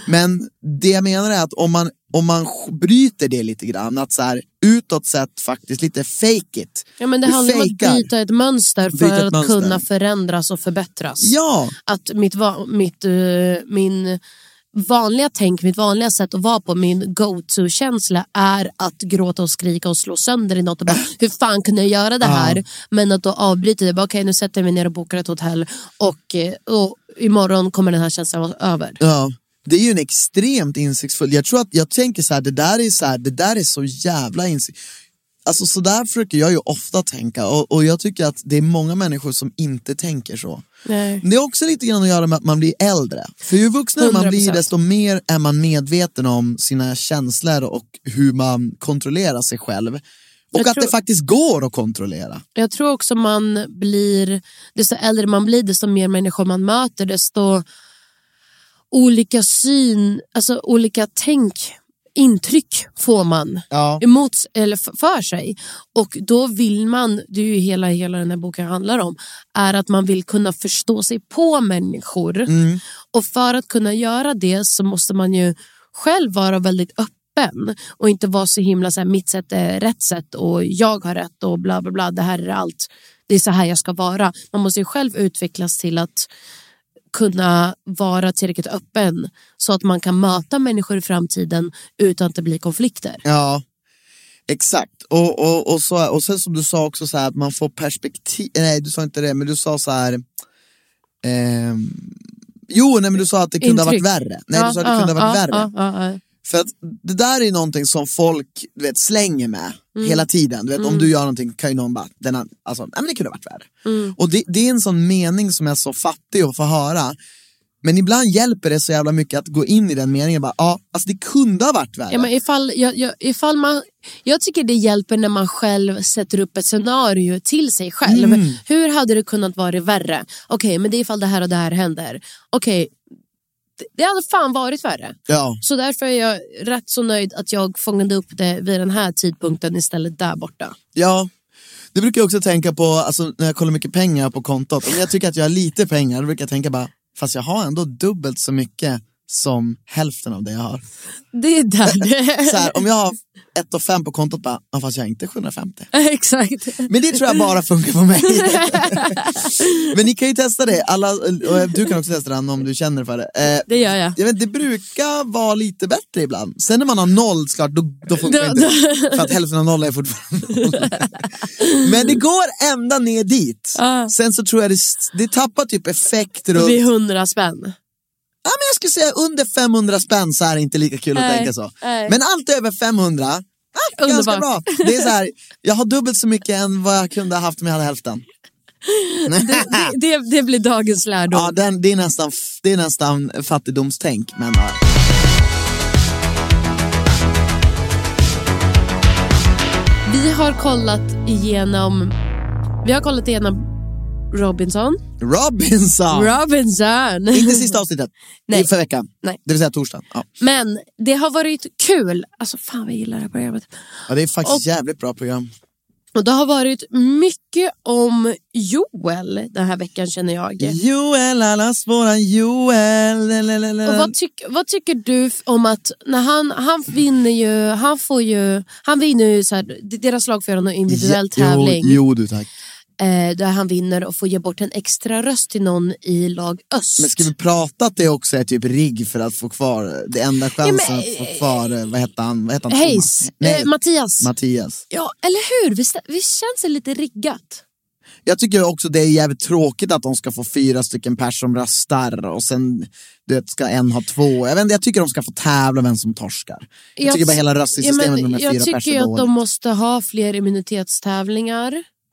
S3: Men det jag menar är att om man, om man sk- bryter det lite grann, att så här, utåt sett faktiskt lite fake it.
S2: Ja, men det
S3: Du
S2: handlar om att
S3: fejkar.
S2: bryta ett mönster för
S3: Bryta ett
S2: att
S3: mönster.
S2: kunna förändras och förbättras.
S3: Ja,
S2: Att mitt, va- mitt, eh, min vanliga tänk, mitt vanliga sätt att vara på, min go-to-känsla är att gråta och skrika och slå sönder i något och bara,
S3: Äh.
S2: hur fan kunde jag göra det här? Men att då avbryta det, bara, okej nu sätter jag mig ner och bokar ett hotell och, eh, och imorgon kommer den här känslan vara över.
S3: Ja. Det är ju en extremt insiktsfull, jag tror att jag tänker så här, det där är så, här, det där är så jävla insikt. Alltså så där försöker jag ju ofta tänka och, och jag tycker att det är många människor som inte tänker så.
S2: Nej.
S3: Det har också lite grann att göra med att man blir äldre. För ju vuxnare man blir
S2: 100%.
S3: desto mer är man medveten om sina känslor och hur man kontrollerar sig själv. Och
S2: Jag
S3: att
S2: tror-
S3: det faktiskt går att kontrollera.
S2: Jag tror också man blir, desto äldre man blir, desto mer människor man möter, desto olika syn, alltså olika tänk, intryck får man
S3: Ja.
S2: emot, eller f- för sig. Och då vill man, det är ju hela, hela den här boken handlar om, är att man vill kunna förstå sig på människor. Och för att kunna göra det så måste man ju själv vara väldigt öppen och inte vara så himla så här, mitt sätt är rätt sätt och jag har rätt och bla bla bla, det här är allt. Det är så här jag ska vara. Man måste ju själv utvecklas till att kunna vara tillräckligt öppen så att man kan möta människor i framtiden utan att det blir konflikter.
S3: Ja, exakt. Och, och, och, så, och sen som du sa också så här att man får perspektiv, nej du sa inte det, men du sa så här ehm, Jo, nej, men du sa att det kunde ha varit
S2: Intryck.
S3: värre. Nej,
S2: Ja,
S3: du sa att det kunde ha
S2: ja,
S3: varit värre.
S2: ja, ja, ja.
S3: För att det där är någonting som folk du vet, slänger med
S2: Mm.
S3: hela tiden. Du vet, Om du gör någonting kan ju någon bara, den här, alltså, nej, men det kunde ha varit värre.
S2: Mm.
S3: Och det, det är en sån mening som är så fattig att få höra. Men ibland hjälper det så jävla mycket att gå in i den meningen. Bara, ja, alltså det kunde ha varit värre.
S2: Ja, men ifall, jag, jag, ifall man, jag tycker det hjälper när man själv sätter upp ett scenario till sig själv.
S3: Mm.
S2: Hur hade det kunnat vara värre? Okej, men det är ifall det här och det här händer. Okej, det, det hade fan varit värre.
S3: ja.
S2: Så därför är jag rätt så nöjd att jag fångade upp det vid den här tidpunkten istället där borta.
S3: Ja, det brukar jag också tänka på alltså, när jag kollar mycket pengar på kontot. Om jag tycker att jag har lite pengar, då brukar jag tänka bara, fast jag har ändå dubbelt så mycket som hälften av det jag har.
S2: Det är där det
S3: Så här, om jag har 1 5 på kontot, bara, ja, fast jag har inte 750.
S2: Exakt.
S3: Men det tror jag bara funkar på mig. Men ni kan ju testa det, Alla, och du kan också testa den om du känner för det. Eh,
S2: Det gör jag.
S3: jag vet, det brukar vara lite bättre ibland. Sen när man har noll, såklart, då, då funkar
S2: Då-
S3: det inte. För att hälften av noll är fortfarande noll. Men det går ända ner dit.
S2: Ja.
S3: Sen så tror jag det, s- det tappar typ effekt runt...
S2: Vid hundra spänn.
S3: Ja, men jag skulle säga under 500 spänn så är det inte lika kul att
S2: Nej,
S3: tänka så.
S2: nej.
S3: Men allt över 500, ah, ganska
S2: Underbart.
S3: bra. Det är så här, jag har dubbelt så mycket än vad jag kunde ha haft om jag hade hälften.
S2: Det, det, det blir dagens lärdom.
S3: Ja, den, det, är nästan, f- det är nästan fattigdomstänk. Men, ja.
S2: Vi har kollat igenom Vi har kollat igenom Robinson.
S3: Robinson!
S2: Robinson!
S3: Inte sista avsnittet,
S2: Nej.
S3: Nej. för veckan.
S2: Nej.
S3: Det vill säga torsdagen. Ja.
S2: Men det har varit kul. Alltså fan vad jag gillar det här programmet.
S3: Ja, det är faktiskt
S2: Och-
S3: jävligt bra program.
S2: Och det har varit mycket om Joel den här veckan känner jag.
S3: Joel, allas våran Joel. lalalala.
S2: Och vad, tyck, vad tycker du f- om att när han, han vinner ju, han får ju, han vinner ju så här, d- deras lag får göra en individuell
S3: Ja,
S2: tävling
S3: Jo, jo du tack.
S2: Eh, där han vinner och får ge bort en extra röst till någon i lag öst.
S3: Men ska vi prata att det också är typ rigg för att få kvar, det enda chansen
S2: men-
S3: att få kvar, eh, vad hette han? Vad hette han?
S2: Hayes,
S3: Nej,
S2: eh, Mattias.
S3: Mattias.
S2: Ja, eller hur? Visst, visst känns det lite riggat?
S3: Jag tycker också det är jävligt tråkigt att de ska få fyra stycken pers som röstar och sen du vet, ska en ha två. Jag, vet, inte, jag tycker de ska få tävla vem som torskar. Jag, tycker bara hela röstningssystemet med de här
S2: jag
S3: fyra
S2: tycker
S3: perserna
S2: ju
S3: är
S2: att de
S3: dåligt.
S2: måste ha fler immunitetstävlingar.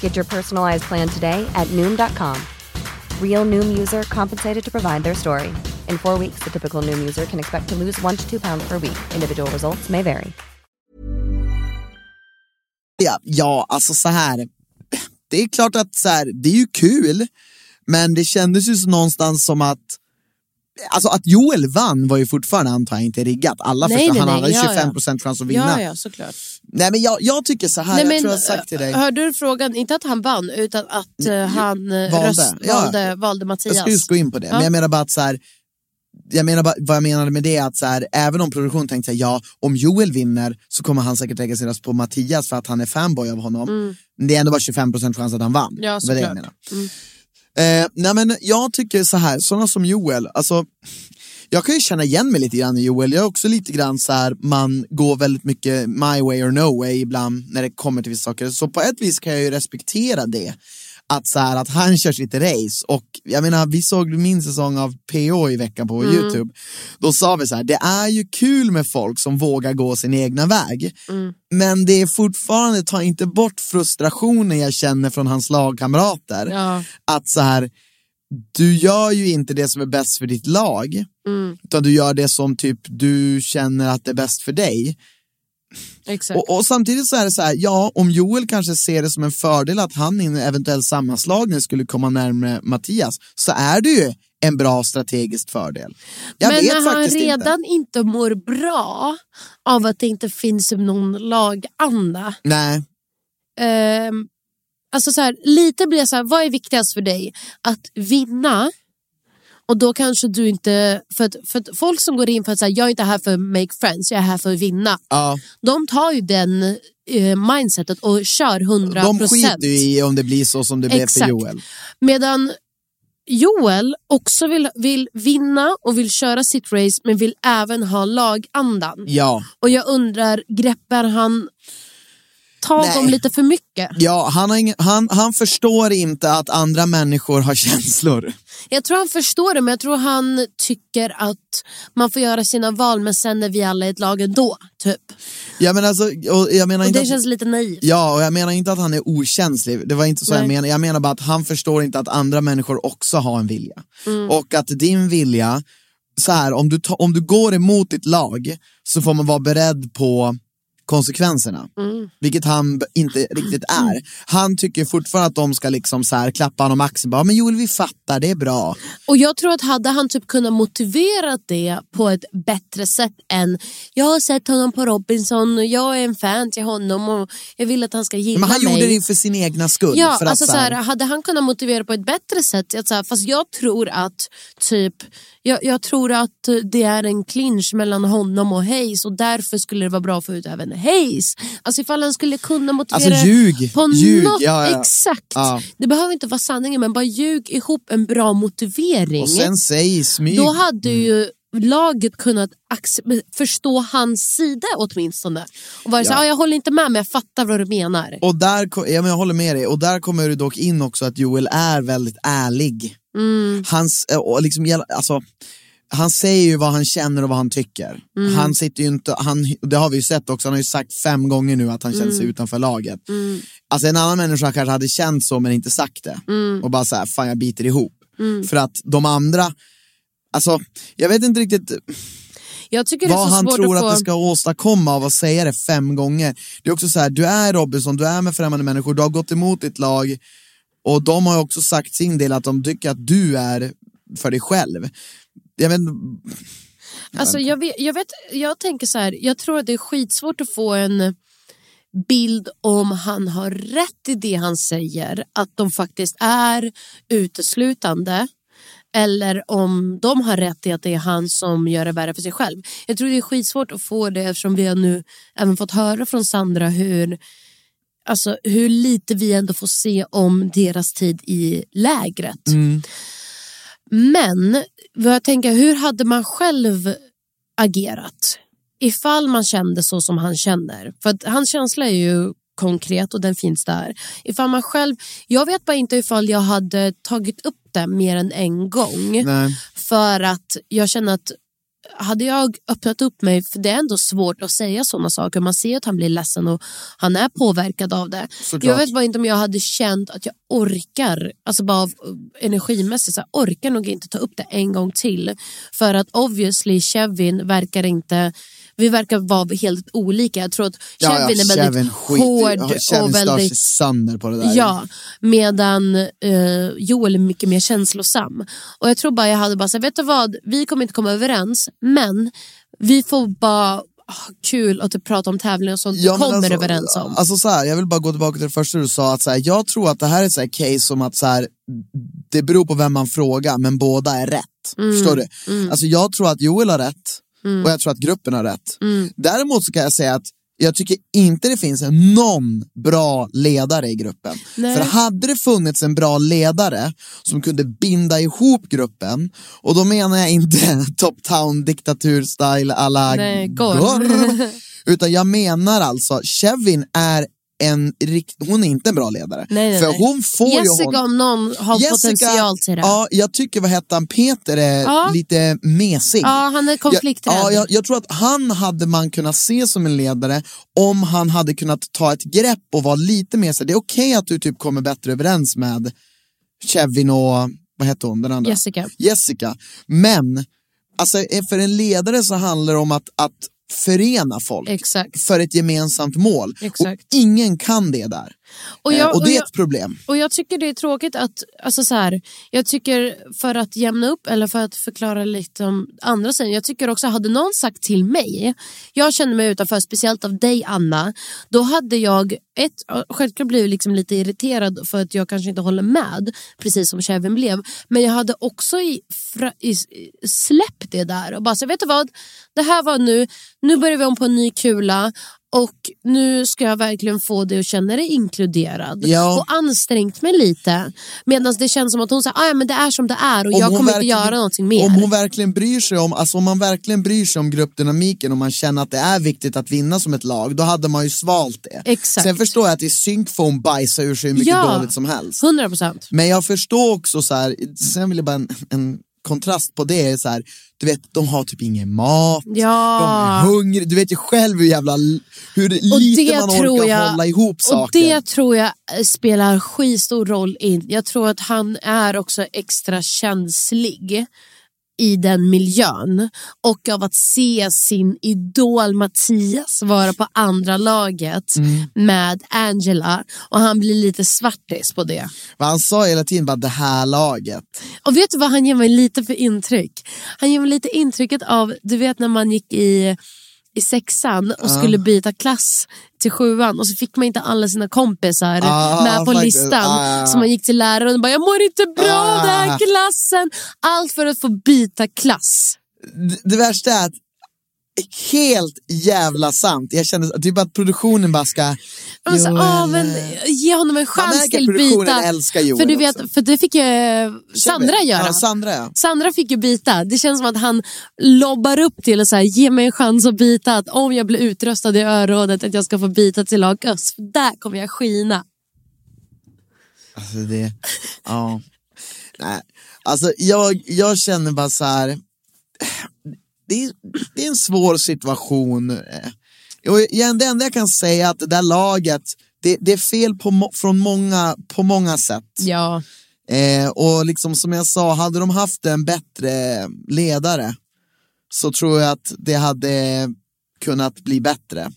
S4: Get your personalized plan today at Noom.com. Real Noom user compensated to provide their story. In four weeks, the typical Noom user can expect to lose one to two pounds per week. Individual results may vary.
S3: Ja, ja, alltså så här. Det är klart att så här, det är ju kul, men det kändes ju så någonstans som att Alltså att Joel vann var ju fortfarande antar jag inte riggat. Alla
S2: Nej,
S3: förstår,
S2: nej,
S3: han
S2: nej,
S3: hade
S2: ja, ja.
S3: 25 chans att vinna.
S2: Ja, ja, såklart.
S3: Nej men jag, jag tycker så här,
S2: Nej,
S3: jag
S2: men,
S3: tror jag har sagt till dig. Mm,
S2: Hörde du frågan? Inte att han vann, utan att eh, han eh,
S3: valde.
S2: Röst,
S3: Ja.
S2: valde, valde
S3: jag
S2: Mattias.
S3: ska just gå in på det, men jag menar bara att så här, jag menar bara, vad jag menade med det är att så här, även om produktionen tänkte så här, ja, om Joel vinner så kommer han säkert lägga sin röst på Mattias för att han är fanboy av honom. Men det är ändå bara 25 chans att han vann.
S2: Mm. Ja,
S3: det var det
S2: såklart. Mm.
S3: jag menar. Eh, nej men jag tycker så här, sådana som Joel, alltså jag kan ju känna igen mig lite grann i Joel. Jag är också lite grann så här, man går väldigt mycket my way or no way ibland när det kommer till vissa saker. Så på ett vis kan jag ju respektera det. Att, så här, att han kör sitt race. Och jag menar, vi såg min säsong av PO i veckan på YouTube. Då sa vi så här, det är ju kul med folk som vågar gå sin egna väg. Men det är fortfarande, ta inte bort frustrationen jag känner från hans lagkamrater.
S2: Ja.
S3: Att så här, du gör ju inte det som är bäst för ditt lag. Utan du gör det som typ du känner att det är bäst för dig.
S2: Exakt.
S3: Och, och samtidigt så är det så här, ja om Joel kanske ser det som en fördel att han i en eventuell sammanslagning skulle komma närmare Mattias så är det ju en bra strategisk fördel. Jag
S2: men
S3: vet
S2: när han
S3: faktiskt inte.
S2: redan inte. mår bra av att det inte finns någon laganda.
S3: Nej,
S2: Ehm, alltså så här, lite blir jag så här, vad är viktigast för dig? Att vinna och då kanske du inte... För, att, för att folk som går in för att säga jag är inte här för make friends, jag är här för att vinna.
S3: ja.
S2: De tar ju den eh, mindsetet och kör 100%.
S3: de skiter ju i om det blir så som det blev för
S2: Exakt.
S3: Joel.
S2: Medan Joel också vill, vill vinna och vill köra sitt race men vill även ha lagandan.
S3: Ja.
S2: Och jag undrar, greppar han tag om
S3: Nej.
S2: lite för mycket?
S3: Ja, han, har ingen, han, han förstår inte att andra människor har känslor.
S2: Jag tror han förstår det men jag tror han tycker att man får göra sina val men sen är vi alla i ett lag ändå. Typ.
S3: Jag menar, alltså, och jag menar
S2: Och
S3: inte
S2: det
S3: att-
S2: känns lite naivt.
S3: Ja, och jag menar inte att han är okänslig. Det var inte så
S2: Nej.
S3: jag menar. Jag menar bara att han förstår inte att andra människor också har en vilja.
S2: Mm.
S3: Och att din vilja, så här, om du, ta, om du går emot ditt lag så får man vara beredd på konsekvenserna.
S2: Mm.
S3: Vilket han b- inte riktigt är. Han tycker fortfarande att de ska liksom så här, klappa honom på axeln. Bara, men Joel, vi fattar, det är bra.
S2: Och jag tror att hade han typ kunnat motivera det på ett bättre sätt än jag har sett honom på Robinson och jag är en fan till honom och jag vill att han ska gilla
S3: Men han
S2: mig.
S3: gjorde det för sin egna skull.
S2: Ja,
S3: för att,
S2: alltså
S3: så
S2: så
S3: här-
S2: här, hade han kunnat motivera på ett bättre sätt? Att så här, fast jag tror att typ, jag, jag tror att eh, det är en clinch mellan honom och Hayes och därför skulle det vara bra att få ut även Hayes. Alltså ifall han skulle kunna motivera
S3: Alltså, ljug,
S2: på
S3: ljug,
S2: något
S3: ja, ja.
S2: exakt.
S3: Ja.
S2: Det behöver inte vara sanningen men bara ljug ihop en bra motivering.
S3: och sen säg i smyg. Mm.
S2: Då hade ju laget kunnat acce- förstå hans sida åtminstone. Och vara så här, "Ah, jag håller inte med men jag fattar vad du menar.
S3: Och där, ko- ja, men jag håller med dig, och där kommer du dock in också att Joel är väldigt ärlig. Hans, eh, och liksom, gäll- alltså, han säger ju vad han känner och vad han tycker. Han sitter ju inte, han, det har vi ju sett också, han har ju sagt fem gånger nu att han känner sig utanför laget. Alltså en annan människa kanske hade känt så men inte sagt det. Och bara såhär, fan jag biter ihop. För att de andra, alltså jag vet inte riktigt
S2: Jag tycker det är
S3: vad
S2: så
S3: han
S2: svårt
S3: tror
S2: att
S3: att,
S2: få...
S3: det ska åstadkomma av att säga det fem gånger. Det är också så här, du är Robinson, du är med främmande människor, du har gått emot ditt lag och de har ju också sagt sin del att de tycker att du är för dig själv. Jag vet,
S2: Alltså, jag, vet, jag, vet, jag tänker så här, jag tror att det är skitsvårt att få en bild om han har rätt i det han säger, att de faktiskt är uteslutande eller om de har rätt i att det är han som gör det värre för sig själv. Jag tror det är skitsvårt att få det eftersom vi har nu även fått höra från Sandra hur, alltså, hur lite vi ändå får se om deras tid i lägret. Men vad jag tänker, hur hade man själv agerat ifall man kände så som han känner? För att hans känsla är ju konkret och den finns där. Ifall man själv, jag vet bara inte ifall jag hade tagit upp det mer än en gång.
S3: nej.
S2: För att jag känner att hade jag öppnat upp mig, för det är ändå svårt att säga sådana saker, man ser att han blir ledsen och han är påverkad av det.
S3: Såklart.
S2: Jag vet bara inte om jag hade känt att jag orkar, alltså bara av eh, energimässigt, så här, orkar nog inte ta upp det en gång till. För att obviously Kevin verkar inte, vi verkar vara helt olika. Jag tror att
S3: Ja, ja,
S2: Kevin är väldigt
S3: Kevin skiter-
S2: hård
S3: ja, Kevin
S2: och
S3: stör sig
S2: väldigt
S3: sönder på det där.
S2: Ja, medan eh, Joel är mycket mer känslosam. Och jag tror bara jag hade bara sagt, vet du vad, vi kommer inte komma överens, men vi får bara ah, kul att typ prata om tävlingar och sånt
S3: Ja,
S2: vi
S3: men
S2: kommer
S3: alltså-
S2: överens om.
S3: Alltså så här, jag vill bara gå tillbaka till det första du sa, att så här, jag tror att det här är ett så här case som att så här, det beror på vem man frågar, men båda är rätt.
S2: Mm,
S3: Förstår du? Alltså jag tror att Joel har rätt och jag tror att gruppen har rätt.
S2: Mm.
S3: Däremot så kan jag säga att jag tycker inte det finns någon bra ledare i gruppen.
S2: Nej.
S3: För hade det funnits en bra ledare som kunde binda ihop gruppen, och då menar jag inte top-town diktatur-style alla
S2: Nej, Gorm.
S3: utan jag menar alltså, Kevin är en rikt... hon är inte en bra ledare.
S2: Nej, nej,
S3: för
S2: nej.
S3: hon får ju
S2: Jessica
S3: hon...
S2: om någon har potential till det. Ja,
S3: Ja, jag tycker vad hette han, Peter är
S2: Ja.
S3: lite mesig.
S2: han är konflikträdd.
S3: Jag, ja, jag, jag tror att han hade man kunnat se som en ledare om han hade kunnat ta ett grepp och vara lite mer så här, det är okej att du typ kommer bättre överens med Kevin och, vad hette hon, den andra?
S2: Jessica.
S3: Jessica. Men, alltså för en ledare så handlar det om att, att förena folk
S2: Exakt.
S3: för ett gemensamt mål.
S2: Exakt.
S3: Och ingen kan det där.
S2: Och,
S3: Eh,
S2: jag,
S3: och det
S2: och,
S3: är
S2: jag,
S3: ett problem.
S2: och jag tycker det är tråkigt att, alltså så här, jag tycker för att jämna upp eller för att förklara lite om andra sidan, jag tycker också hade någon sagt till mig, jag känner mig utanför, speciellt av dig Anna, då hade jag ett, självklart blivit liksom lite irriterad för att jag kanske inte håller med, precis som Kevin blev, men jag hade också i, fra, i, i- släppt det där och bara så vet du vad, det här var nu, nu börjar vi om på en ny kula Och nu ska jag verkligen få dig att känna dig inkluderad.
S3: Ja.
S2: Och ansträngt mig lite. Medan det känns som att hon säger ah, ja, men det är som det är och
S3: Om
S2: jag
S3: hon
S2: kommer inte
S3: verkligen-
S2: göra någonting mer.
S3: Om hon verkligen bryr sig om, alltså om man verkligen bryr sig om gruppdynamiken och man känner att det är viktigt att vinna som ett lag, då hade man ju svalt det.
S2: Exakt.
S3: Sen förstår jag att i synk får hon bajsa ur sig hur mycket
S2: Ja.
S3: dåligt som helst.
S2: 100 procent.
S3: Men jag förstår också så här, sen vill jag bara en, en kontrast på det, är så här, du vet de har typ ingen mat, de är
S2: Ja.
S3: hungriga, du vet ju själv hur jävla, hur lite man orkar hålla ihop saker.
S2: Och det tror jag eh, spelar skitstor roll in. Jag tror att han är också extra känslig i den miljön och av att se sin idol Mattias vara på andra laget
S3: Mm.
S2: med Angela och han blir lite svartis på det.
S3: Vad han sa hela tiden bara det här laget.
S2: Och vet du vad han ger mig lite för intryck? Han ger mig lite intrycket av, du vet när man gick i, i sexan och skulle byta klass till sjuan och så fick man inte alla sina kompisar
S3: Ah,
S2: med på
S3: faktiskt.
S2: listan.
S3: Ah, ja.
S2: Så man gick till läraren och bara, jag mår inte bra av den
S3: Ah.
S2: här klassen. Allt för att få byta klass.
S3: D- Det värsta är att helt jävla sant. Jag kände typ att produktionen bara ska...
S2: Man sa,
S3: Joel,
S2: ah, men, ge honom en chans
S3: märker
S2: till
S3: att produktionen
S2: byta.
S3: älskar Joel
S2: för, du vet,
S3: också.
S2: för det fick ju eh, Sandra göra.
S3: Ja, Sandra ja.
S2: Sandra fick ju byta. Det känns som att han lobbar upp till och så här, ge mig en chans att byta. Att om jag blir utröstad i örådet att jag ska få byta till lag öst. För där kommer jag skina.
S3: Alltså det... Ja. Nej. Alltså jag, jag känner bara så här... Det är, det är en svår situation. Eh, Och igen, det enda jag kan säga är att det där laget, det, det är fel på, må- från många, på många sätt.
S2: Ja.
S3: Eh, och liksom som jag sa, hade de haft en bättre ledare så tror jag att det hade kunnat bli bättre.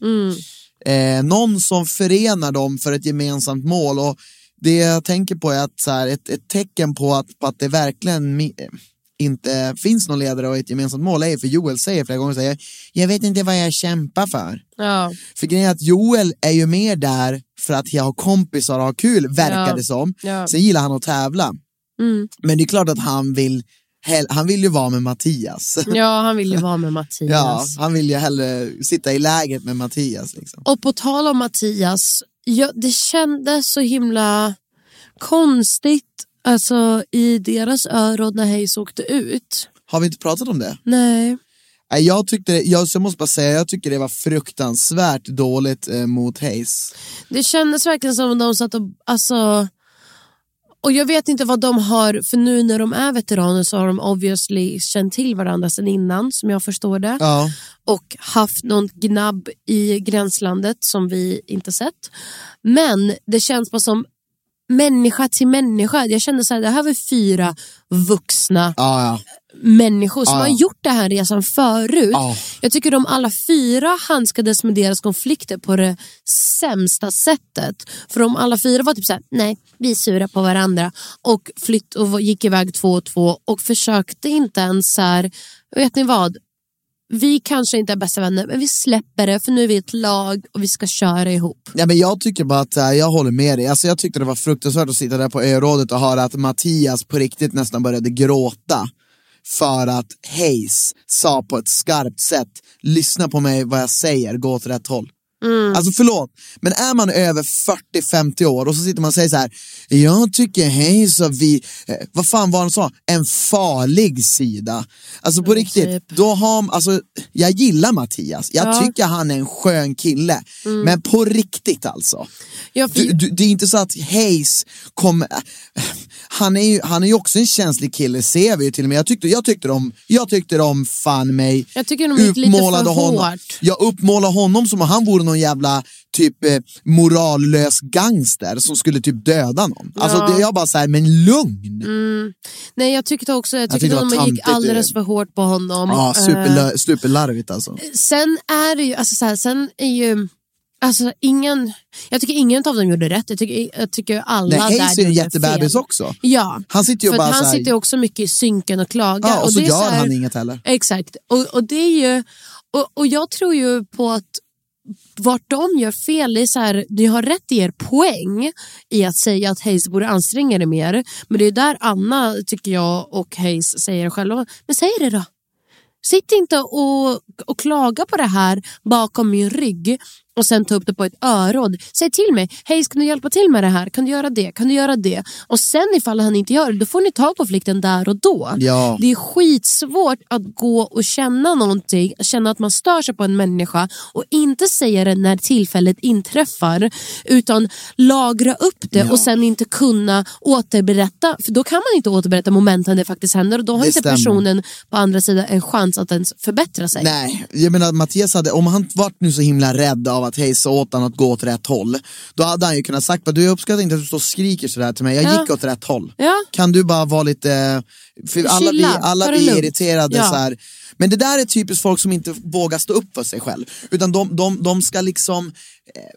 S3: Eh, någon som förenar dem för ett gemensamt mål. Och det jag tänker på är att så här, ett, ett tecken på att, på att det verkligen mi- inte finns någon ledare och ett gemensamt mål är ju för Joel säger flera gånger, så här, jag vet inte vad jag kämpar för.
S2: ja.
S3: För grejen är att Joel är ju mer där för att jag har kompisar och har kul, verkar
S2: Ja.
S3: det som.
S2: Ja. Mm.
S3: Sen gillar han att tävla. Men det är klart att han vill, hell- han vill ju vara med Mattias.
S2: ja, han vill ju vara med Mattias.
S3: Ja, han vill ju hellre sitta i lägret med Mattias. Liksom.
S2: Och på tal om Mattias, ja, det kändes så himla konstigt alltså, i deras öron när Hayes åkte ut.
S3: Har vi inte pratat om det?
S2: Nej.
S3: Nej, Jag tyckte det, jag, så jag måste bara säga, jag tycker det var fruktansvärt dåligt eh, mot Hayes.
S2: Det kändes verkligen som om de satt och... Alltså, och jag vet inte vad de har, för nu när de är veteraner så har de obviously känt till varandra sedan innan, som jag förstår det.
S3: Ja,
S2: Och haft något gnabb i gränslandet som vi inte sett. Men det känns bara som människa till människa. Jag kände så här, det här var fyra vuxna
S3: ja, ja.
S2: människor som
S3: Ja.
S2: har gjort den här resan förut.
S3: Ja.
S2: Jag tycker de alla fyra handskades med deras konflikter på det sämsta sättet. För de alla fyra var typ såhär, nej, vi är sura på varandra och flytt och gick iväg två och två och försökte inte ens så här, vet ni vad? Vi kanske inte är bästa vänner, men vi släpper det för nu är vi ett lag och vi ska köra ihop.
S3: Ja, men jag tycker bara att äh, jag håller med dig. Alltså, jag tyckte det var fruktansvärt att sitta där på örådet och höra att Mattias på riktigt nästan började gråta. För att Hayes sa på ett skarpt sätt, lyssna på mig vad jag säger, gå åt rätt håll.
S2: Mm.
S3: Alltså förlåt, men är man över 40-50 år och så sitter man och säger så här, jag tycker Hayes har vi, eh, vad fan var han sa, en farlig sida. Alltså på riktigt,
S2: typ.
S3: då har, alltså, jag gillar Mattias, jag
S2: Ja. Mm.
S3: tycker han är en skön kille. Men på riktigt alltså.
S2: Jag,
S3: Du, du, det är inte så att Hayes kommer... Han är, ju, han är ju också en känslig kille, ser vi ju till och med. Jag tyckte, jag tyckte, de, jag tyckte de fan mig
S2: jag tycker de gick lite för
S3: honom.
S2: hårt.
S3: Jag uppmålade honom som om han vore någon jävla typ eh, morallös gangster som skulle typ döda någon. Alltså det, jag bara såhär, men lugn!
S2: Mm. Nej, jag tyckte också jag tyckte
S3: tyckte det var
S2: de gick
S3: tantigt i
S2: alldeles
S3: det.
S2: för hårt på honom.
S3: Ja,
S2: Eh,
S3: superla- superlarvigt alltså.
S2: sen är det ju, alltså så här, sen är ju, alltså ingen, jag tycker ingen av dem gjorde rätt. Jag tycker, jag tycker alla
S3: Nej, Hayes
S2: där
S3: är ju en
S2: gjorde
S3: jättebebis
S2: fel.
S3: också.
S2: Ja,
S3: Han sitter ju
S2: för
S3: och bara
S2: att han
S3: så här-
S2: sitter ju också mycket i synken och klagar.
S3: Ja, och så
S2: det är
S3: gör
S2: här-
S3: han inget heller.
S2: Exakt, och, och det är ju, och, och jag tror ju på att vart de gör fel är så här, ni har rätt i er poäng i att säga att Hayes borde anstränga det mer. Men det är där Anna, tycker jag, och Hayes säger själva, men säg det då. Sitt inte och, och klaga på det här bakom min rygg. och sen ta upp det på ett öråd. Säg till mig, hej ska du hjälpa till med det här? Kan du göra det? Kan du göra det? Och sen ifall han inte gör det, då får ni ta konflikten där och då.
S3: Ja.
S2: Det är skitsvårt att gå och känna någonting, känna att man stör sig på en människa och inte säga det när tillfället inträffar utan lagra upp det och sen inte kunna återberätta. För då kan man inte återberätta momenten det faktiskt händer och då har
S3: Det
S2: inte
S3: stämmer.
S2: personen på andra sidan en chans att ens förbättra sig.
S3: Nej, jag menar Mattias hade, om han varit nu så himla rädd av att hej så åt han att gå åt rätt håll Då hade han ju kunnat sagt bara, du jag uppskattar inte att du står och skriker sådär till mig, jag
S2: Ja.
S3: gick åt rätt håll
S2: Ja.
S3: Kan du bara vara lite, för alla vi,
S2: Chilla,
S3: alla
S2: ta
S3: vi
S2: det
S3: är
S2: lugnt.
S3: irriterade
S2: Ja.
S3: så här. Men det där är typiskt folk som inte vågar stå upp för sig själv Utan de, de, de ska liksom, eh,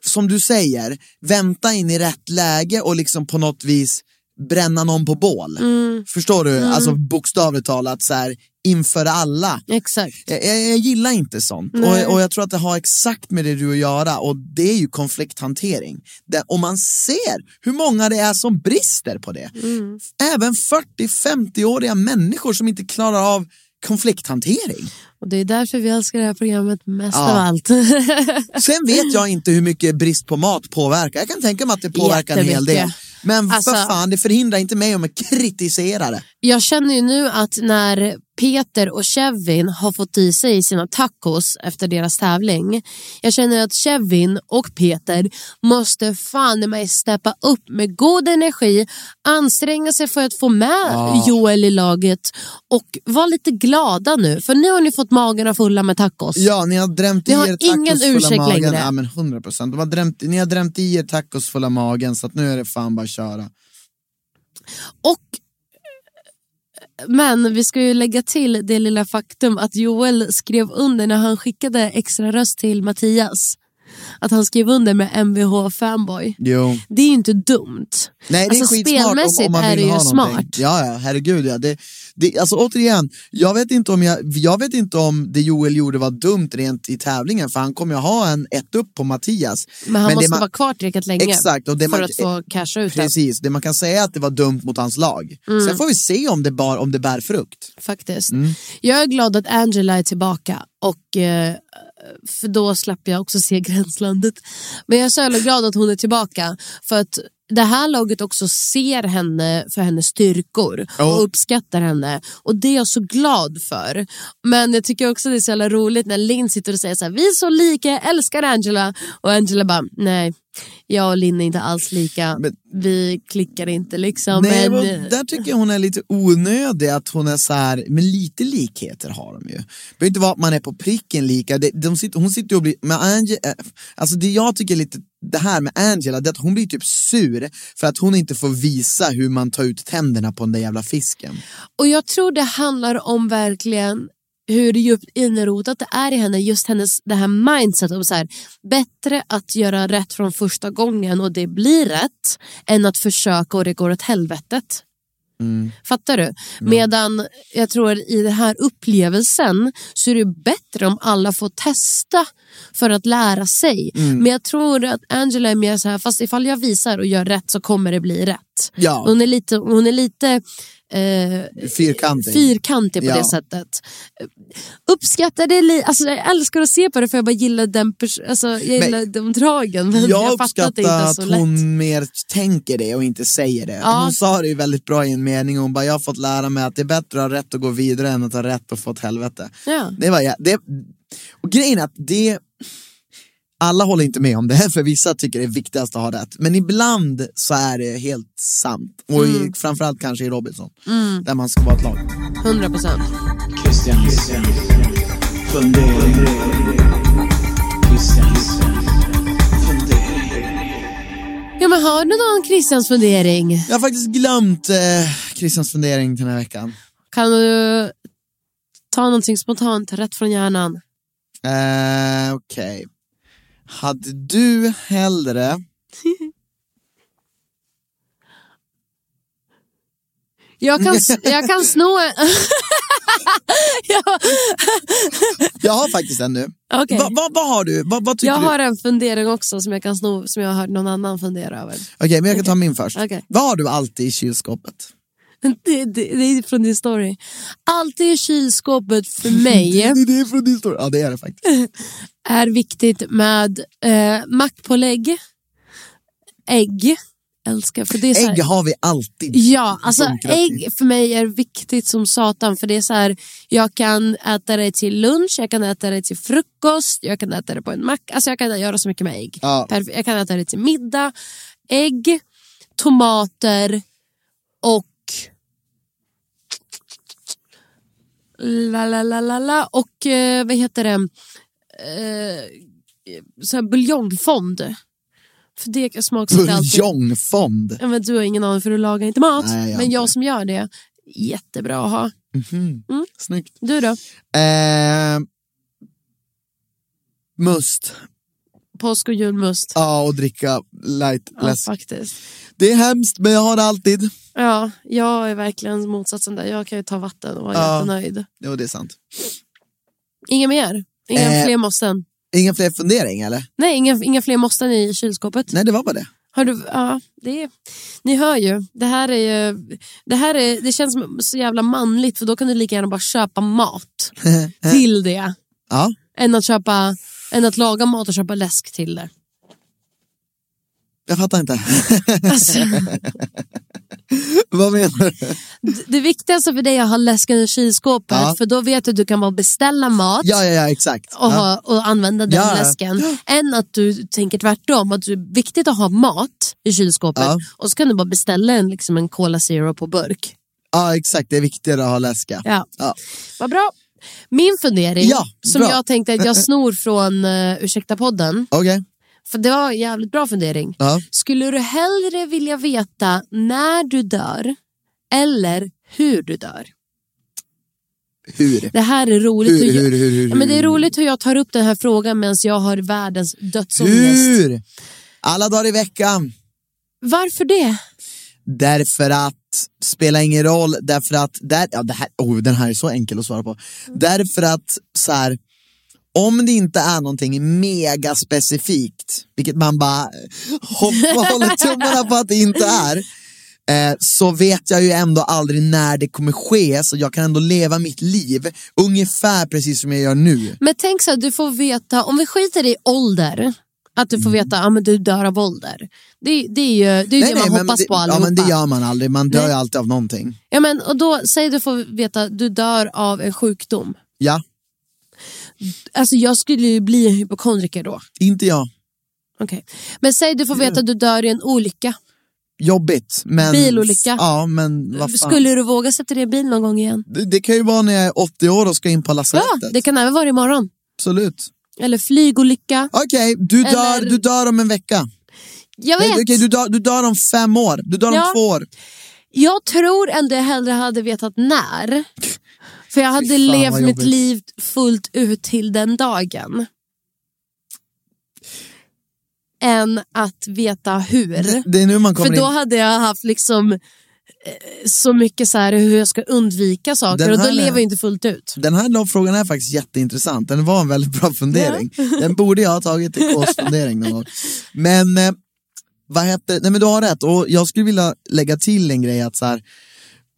S3: som du säger, vänta in i rätt läge och liksom på något vis bränna någon på bål
S2: Mm.
S3: Förstår du? Alltså bokstavligt talat så här, inför alla
S2: Exakt.
S3: jag, jag, jag gillar inte sånt och, och jag tror att det har exakt med det du att göra och det är ju konflikthantering. Där, och man ser hur många det är som brister på det.
S2: Mm.
S3: Även 40-50-åriga människor som inte klarar av konflikthantering.
S2: Och det är därför vi älskar det här programmet mest
S3: Ja.
S2: av allt.
S3: Sen vet jag inte hur mycket brist på mat påverkar. Jag kan tänka mig att det påverkar en hel del.
S2: Jättemycket.
S3: Men
S2: Alltså-
S3: för fan, det förhindrar inte mig om jag kritiserar det.
S2: Jag känner ju nu att när Peter och Kevin har fått i sig sina tacos efter deras tävling. Jag känner att Kevin och Peter måste fan i mig steppa upp med god energi, anstränga sig för att få med Joel i laget och vara lite glada nu. För nu har ni fått magarna fulla med tacos.
S3: Ja, ni har drämt i
S2: Vi har
S3: er tacos
S2: ingen
S3: fulla
S2: ursäkt
S3: magen.
S2: längre.
S3: Ja, men 100 procent. Ni har drämt i er tacos fulla magen så att nu är det fan bara att köra.
S2: Och, men vi ska ju lägga till det lilla faktum att Joel skrev under när han skickade extra röst till Mattias. Att han skrev under med MVH Fanboy.
S3: Jo.
S2: Det är ju inte dumt.
S3: Nej, det är
S2: alltså,
S3: skitsmart om,
S2: spelmässigt
S3: om man
S2: är
S3: vill
S2: det ju
S3: ha någonting.
S2: smart.
S3: Ja, ja, herregud ja. Det, det, alltså återigen, jag vet, inte om jag, jag vet inte om det Joel gjorde var dumt rent i tävlingen för han kommer ju ha en ett upp på Mattias.
S2: Men han
S3: det
S2: måste
S3: man-
S2: vara kvar tillräckligt länge
S3: Exakt, och det
S2: för
S3: man-
S2: att få casha ut den,
S3: Precis, det man kan säga är att det var dumt mot hans lag.
S2: Mm.
S3: Sen får vi se om det, bar, om det bär frukt.
S2: faktiskt.
S3: Mm.
S2: Jag är glad att Angela är tillbaka och eh, för då slapp jag också se gränslandet. Men jag är så jävla glad att hon är tillbaka för att det här laget också ser henne för hennes styrkor
S3: Ja.
S2: och uppskattar henne och det är jag så glad för. Men jag tycker också det är så jävla roligt när Linn sitter och säger så här, vi är så lika, jag älskar Angela och Angela bara, nej, jag och Linn är inte alls lika,
S3: Men-
S2: vi klickar inte liksom.
S3: Nej,
S2: men,
S3: men där tycker jag hon är lite onödig att hon är så här, men lite likheter har de ju. Det behöver inte vara att man är på pricken lika, det, de sitter, hon sitter ju och blir, men Ange, eh, alltså det jag tycker är lite det här med Angela, det är att hon blir typ sur för att hon inte får visa hur man tar ut tänderna på den där jävla fisken.
S2: Och jag tror det handlar om verkligen hur djupt inrotat det är i henne, just hennes det här mindset om så här, bättre att göra rätt från första gången och det blir rätt än att försöka och det går åt helvetet. Fattar du? Medan jag tror i den här upplevelsen så är det bättre om alla får testa för att lära sig. Men jag tror att Angela är mer så här, fast ifall jag visar och gör rätt så kommer det bli rätt.
S3: Ja.
S2: Hon är lite, hon är lite eh,
S3: Fyrkantig.
S2: fyrkantig på
S3: Ja.
S2: det sättet. Uppskattar det, li- alltså jag älskar att se på det för jag bara gillar den pers- alltså jag gillar de dragen. Men jag,
S3: Jag
S2: fattar att det inte
S3: uppskattar
S2: är
S3: att
S2: så lätt.
S3: hon mer tänker det och inte säger det.
S2: Ja.
S3: Hon sa det ju väldigt bra i en mening, hon bara jag har fått lära mig att det är bättre att ha rätt och gå vidare än att ha rätt och få åt helvete.
S2: Ja.
S3: Det var, jä- det, och grejen är att det, alla håller inte med om det här för vissa tycker det är viktigast att ha rätt. Men ibland så är det helt sant. Och
S2: Mm.
S3: i, framförallt kanske i Robinson, där man ska vara ett lag.
S2: 100 procent. Ja, men har du någon Christians fundering?
S3: Jag har faktiskt glömt eh, Christians fundering till den här veckan.
S2: Kan du ta någonting spontant rätt från hjärnan?
S3: Eh, Okej. Hade du hellre...
S2: Jag kan, jag kan sno... ja,
S3: Jag har faktiskt en nu.
S2: okej.
S3: Vad vad- vad har du? Vad vad tycker
S2: Jag
S3: du?
S2: har en fundering också som jag kan sno som jag har hört någon annan fundera över.
S3: Okej, men jag kan ta min först.
S2: Okej.
S3: Vad har du alltid i kylskåpet?
S2: Det, det, det är från din story. Alltid i kylskåpet för mig
S3: Det är från din story. Ja, det är det faktiskt.
S2: är viktigt med eh, mackpålägg, ägg. Älskar, för det är så här,
S3: Ägg har vi alltid.
S2: Ja, alltså
S3: Bunkrat i.
S2: ägg för mig är viktigt som satan för det är så här, jag kan äta det till lunch, jag kan äta det till frukost, jag kan äta det på en macka, alltså jag kan göra så mycket med ägg.
S3: Ja.
S2: Perf- Jag kan äta det till middag, ägg, tomater och la la la la la och eh, vad heter det, eh, så här buljongfond. För det smaksätter alltid
S3: Buljongfond.
S2: Ja, men du har ingen aning för du lagar inte mat.
S3: Nej, jag har
S2: men
S3: inte
S2: jag
S3: det.
S2: som gör det, jättebra att ha.
S3: Snyggt.
S2: Du då?
S3: Eh, must.
S2: Påsk och julmust.
S3: Ja, och dricka light
S2: Ja,
S3: läsk.
S2: faktiskt.
S3: Det är hemskt, men jag har det alltid.
S2: Ja, jag är verkligen motsatsen där. Jag kan ju ta vatten och vara
S3: Ja.
S2: jättenöjd.
S3: Jo, det är sant.
S2: Inga mer? Inga
S3: Eh.
S2: fler måsten?
S3: Inga fler funderingar, eller?
S2: Nej, inga, inga fler måsten i kylskåpet.
S3: Nej, det var bara det.
S2: Har du, ja, det är, ni hör ju. Det här är ju, det här är, det känns som så jävla manligt för då kan du lika gärna bara köpa mat till det.
S3: Ja,
S2: Än att, köpa, än att laga mat och köpa läsk till det.
S3: jag fattar inte.
S2: Alltså.
S3: Vad menar du?
S2: Det viktigaste alltså för dig är att ha läsken i kylskåpet
S3: Ja.
S2: för då vet du att du kan bara beställa mat
S3: Ja, ja, ja, exakt.
S2: och,
S3: Ja.
S2: ha, och använda den
S3: Ja.
S2: läsken. Än att du tänker tvärtom, att det är viktigt att ha mat i kylskåpet
S3: Ja.
S2: och så kan du bara beställa en, liksom en Cola Zero på burk.
S3: ja, exakt. Det är viktigare att ha läska.
S2: Ja.
S3: Ja.
S2: Vad bra. Min fundering
S3: Ja,
S2: som
S3: bra.
S2: jag tänkte att jag snor från uh, Ursäkta podden,
S3: Okej.
S2: för det var en jävligt bra fundering.
S3: Ja.
S2: Skulle du hellre vilja veta när du dör eller hur du dör?
S3: Hur?
S2: Det här är roligt.
S3: Hur,
S2: jag-
S3: hur, hur, hur,
S2: ja, men det är
S3: hur?
S2: roligt hur jag tar upp den här frågan medan jag har världens dödsångest.
S3: Hur? Alla dagar i veckan.
S2: Varför det?
S3: Därför att, spelar ingen roll, därför att, där, ja, det här, oh, den här är så enkel att svara på.
S2: Mm.
S3: Därför att, så här, om det inte är någonting mega specifikt, vilket man bara hoppa, håller tummarna på att det inte är, eh, så vet jag ju ändå aldrig när det kommer ske, så jag kan ändå leva mitt liv ungefär precis som jag gör nu.
S2: Men tänk så här, du får veta, om vi skiter i ålder, att du får
S3: Mm.
S2: veta att ah, men du dör av ålder. Det, det är ju det, är ju det man
S3: men
S2: hoppas
S3: det,
S2: på
S3: ja,
S2: allihopa.
S3: men det gör man aldrig, man dör
S2: Nej.
S3: ju alltid av någonting.
S2: ja, men, och då, säg du får veta att du dör av en sjukdom.
S3: Ja,
S2: Alltså jag skulle ju bli en hypokondriker då.
S3: inte jag.
S2: Okej. Men säg du får veta
S3: Mm.
S2: att du dör i en olycka.
S3: Jobbigt, men...
S2: Bilolycka.
S3: Ja, men vad fan.
S2: Skulle du våga sätta dig i bil någon gång igen?
S3: Det, det kan ju vara när jag är 80 år och ska in på lasarettet.
S2: Ja, det kan även vara imorgon.
S3: Absolut.
S2: Eller flygolycka.
S3: Okej, du, dör,
S2: Eller-
S3: du dör om en vecka.
S2: Jag vet.
S3: Nej, okej, du, dör, du dör om fem år. Du dör
S2: Ja.
S3: om två år.
S2: Jag tror ändå jag hellre hade vetat när. För jag hade
S3: fan, vad
S2: levt mitt
S3: jobbigt.
S2: liv fullt ut till den dagen. Än att veta hur.
S3: Det, det är nu man
S2: För
S3: kommer
S2: då
S3: in.
S2: hade jag haft liksom eh, så mycket så här hur jag ska undvika saker
S3: Den
S2: och då
S3: här-
S2: lever jag inte fullt ut.
S3: Den här lagfrågan är faktiskt jätteintressant. Den var en väldigt bra fundering. Den borde jag ha tagit till Ks fundering någon gång. Men, eh, vad heter Nej men du har rätt. Och jag skulle vilja lägga till en grej att så här,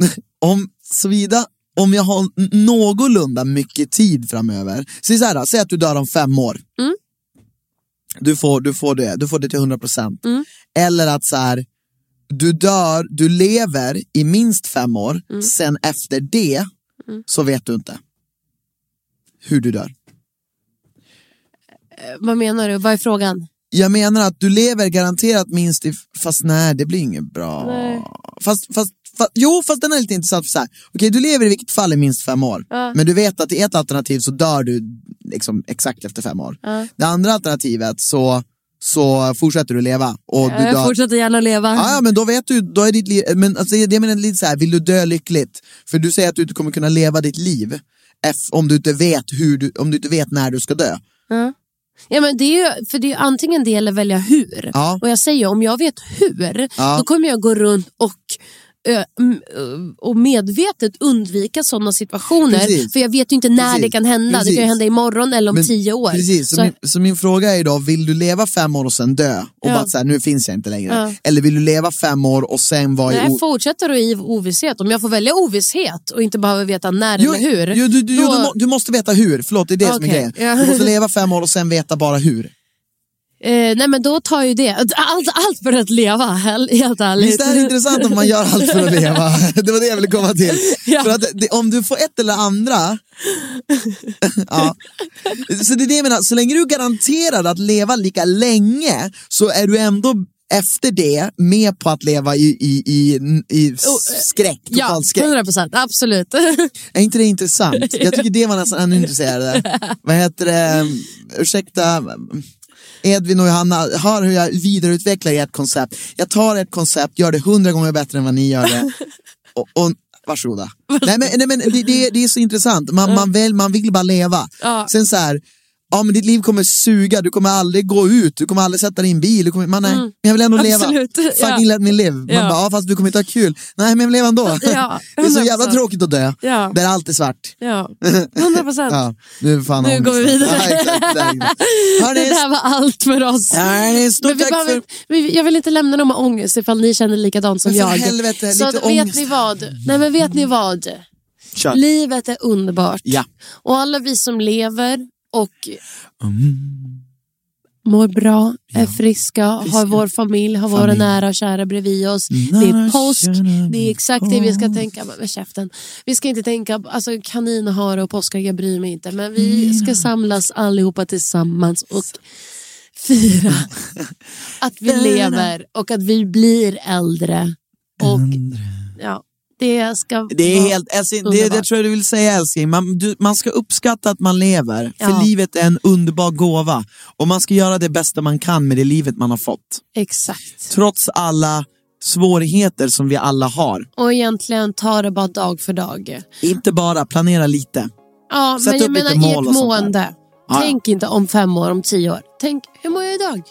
S3: om såvida om jag har n- någorlunda mycket tid framöver. Säg så här, då, säg att du dör om fem år. Du, får, du, får det, du får det till 100 procent. Eller att så här, du dör, du lever i minst fem år. Sen efter det så vet du inte hur du dör.
S2: Eh, Vad menar du? Vad är frågan?
S3: Jag menar att du lever garanterat minst i, fast nej det blir inget bra.
S2: Nej.
S3: Fast, fast, fast, jo fast den är lite intressant, för så här, okej du lever i vilket fall i minst fem år. Men du vet att i ett alternativ så dör du liksom exakt efter fem år. Det andra alternativet så, så fortsätter du leva och du
S2: jag
S3: dör.
S2: fortsätter gärna leva.
S3: Ja, ja, men då vet du, då är ditt liv, men alltså, jag menar lite så här, vill du dö lyckligt? För du säger att du inte kommer kunna leva ditt liv eff- om du inte vet hur du, om du inte vet när du ska dö.
S2: Ja, men det är ju, för det är ju antingen det eller välja hur.
S3: Ja.
S2: Och jag säger om jag vet hur,
S3: Ja.
S2: då kommer jag gå runt och ö, m- ö, och medvetet undvika sådana situationer.
S3: Precis.
S2: För jag vet ju inte när det
S3: Precis.
S2: kan hända. Det
S3: Precis.
S2: kan ju hända imorgon eller om
S3: Men-
S2: tio år.
S3: Precis, så,
S2: Så-
S3: min, så min fråga är idag, vill du leva fem år och sen dö? Och
S2: Ja.
S3: bara så här, nu finns jag inte längre.
S2: Ja.
S3: Eller vill du leva fem år och sen vara
S2: Nej,
S3: i...
S2: jag
S3: o-
S2: fortsätter att i ovisshet. Om jag får välja ovisshet och inte behöver veta när
S3: Jo,
S2: eller hur.
S3: Jo, du, du, jo,
S2: då-
S3: du, må, du måste veta hur, förlåt det är det som är
S2: Okej.
S3: grejen. Du
S2: Ja.
S3: måste leva fem år och sen veta bara hur.
S2: eh, nej men då tar ju det. Alltså, Allt, allt för att leva, hel- helt ärligt.
S3: Visst är det intressant om man gör allt för att leva? Det var det jag ville komma till.
S2: Ja.
S3: För att det, om du får ett eller andra... ja. Så det är det jag menar, så länge du garanterar att leva lika länge så är du ändå efter det med på att leva i, i, i, i skräck,
S2: eh, Ja,
S3: total skräck.
S2: 100 procent. Absolut.
S3: Är inte det intressant? Jag tycker det var nästan ännu intresserande. Vad heter det? Ursäkta. Edvin och Johanna, hör hur jag vidareutvecklar ert koncept. Jag tar ert koncept, gör det hundra gånger bättre än vad ni gör det. Och, och, varsågoda. nej, men, nej, men det, det, det är så intressant. Man, man, väl, man vill bara leva.
S2: Ja.
S3: Sen så här, ja men ditt liv kommer suga, du kommer aldrig gå ut, du kommer aldrig sätta dig i en bil. Du kommer, man, nej, men jag vill ändå leva.
S2: Mm. Absolut.
S3: Fucking
S2: Ja.
S3: let me live. Man
S2: Ja.
S3: bara, ja, fast du kommer inte ha kul. Nej, men jag vill leva ändå.
S2: Ja,
S3: det är så
S2: 100%.
S3: jävla tråkigt att dö.
S2: Ja.
S3: Där allt är svart.
S2: ja, 100 procent.
S3: Ja, nu är fan
S2: Nu
S3: ångest.
S2: går vi vidare.
S3: Ja, exakt, där.
S2: Det
S3: Hörni,
S2: där var allt för oss.
S3: hörni, stort
S2: Men vi
S3: tack
S2: behöver,
S3: för...
S2: vi, jag vill inte lämna någon med ångest ifall ni känner likadant som
S3: Men för
S2: jag.
S3: helvete,
S2: så
S3: lite
S2: att, vet
S3: ångest.
S2: ni vad? Nej men vet ni vad?
S3: Kör.
S2: Livet är underbart.
S3: Ja.
S2: Och alla vi som lever och
S3: Mm.
S2: mår bra, är friska, har vår familj, har våra
S3: Familj.
S2: nära och kära bredvid oss. det
S3: Nära
S2: är
S3: och
S2: påsk,
S3: kära
S2: det är exakt det vi ska
S3: Mm.
S2: tänka på. Med käften. Vi ska inte tänka, alltså kanin och hare och påskägg, jag bryr mig inte. Men
S3: Mm.
S2: vi ska samlas allihopa tillsammans och fira att vi lever och att vi blir äldre. Och ja, det ska
S3: Det är
S2: vara
S3: helt, älskling, det,
S2: underbart.
S3: det tror jag du vill säga älskling. Man, du, man ska uppskatta att man lever, för
S2: Ja.
S3: livet är en underbar gåva. Och man ska göra det bästa man kan med det livet man har fått.
S2: Exakt.
S3: Trots alla svårigheter som vi alla har.
S2: Och egentligen ta det bara dag för dag.
S3: Inte bara, planera lite.
S2: Ja,
S3: Sätt
S2: men jag
S3: upp lite
S2: menar
S3: mål
S2: ert
S3: och sånt där.
S2: mående.
S3: Ja, ja.
S2: Tänk inte om fem år, om tio år. Tänk, hur mår jag idag?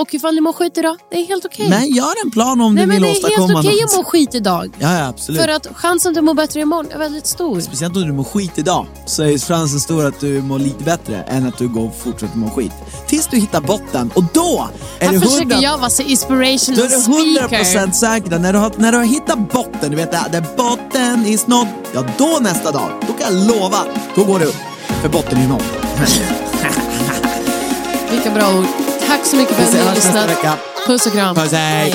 S2: Och ifall ni mår skit idag, det är helt okej.
S3: Nej, gör en plan om
S2: Nej,
S3: du
S2: men
S3: vill
S2: det är helt
S3: åstadkomma
S2: okej att
S3: något.
S2: må skit idag.
S3: Ja, ja, absolut.
S2: För att chansen att du mår bättre imorgon är väldigt stor.
S3: Speciellt om du mår skit idag så är chansen stor att du mår lite bättre än att du går och fortsätter må skit. Tills du hittar botten och då är
S2: Här
S3: det
S2: försöker
S3: hundra...
S2: jag vara så inspirational
S3: Då är du 100
S2: speaker.
S3: procent säker. När du, har, när du har hittat botten, du vet det här, där botten is nådd. Ja, då nästa dag, då kan jag lova, då går det upp. För botten är nådd.
S2: Vilka bra ord. Tack så mycket för
S3: Vi
S2: att ni
S3: ses
S2: har
S3: nästa
S2: lyssnat.
S3: vecka.
S2: Puss och kram.
S3: Puss, hej.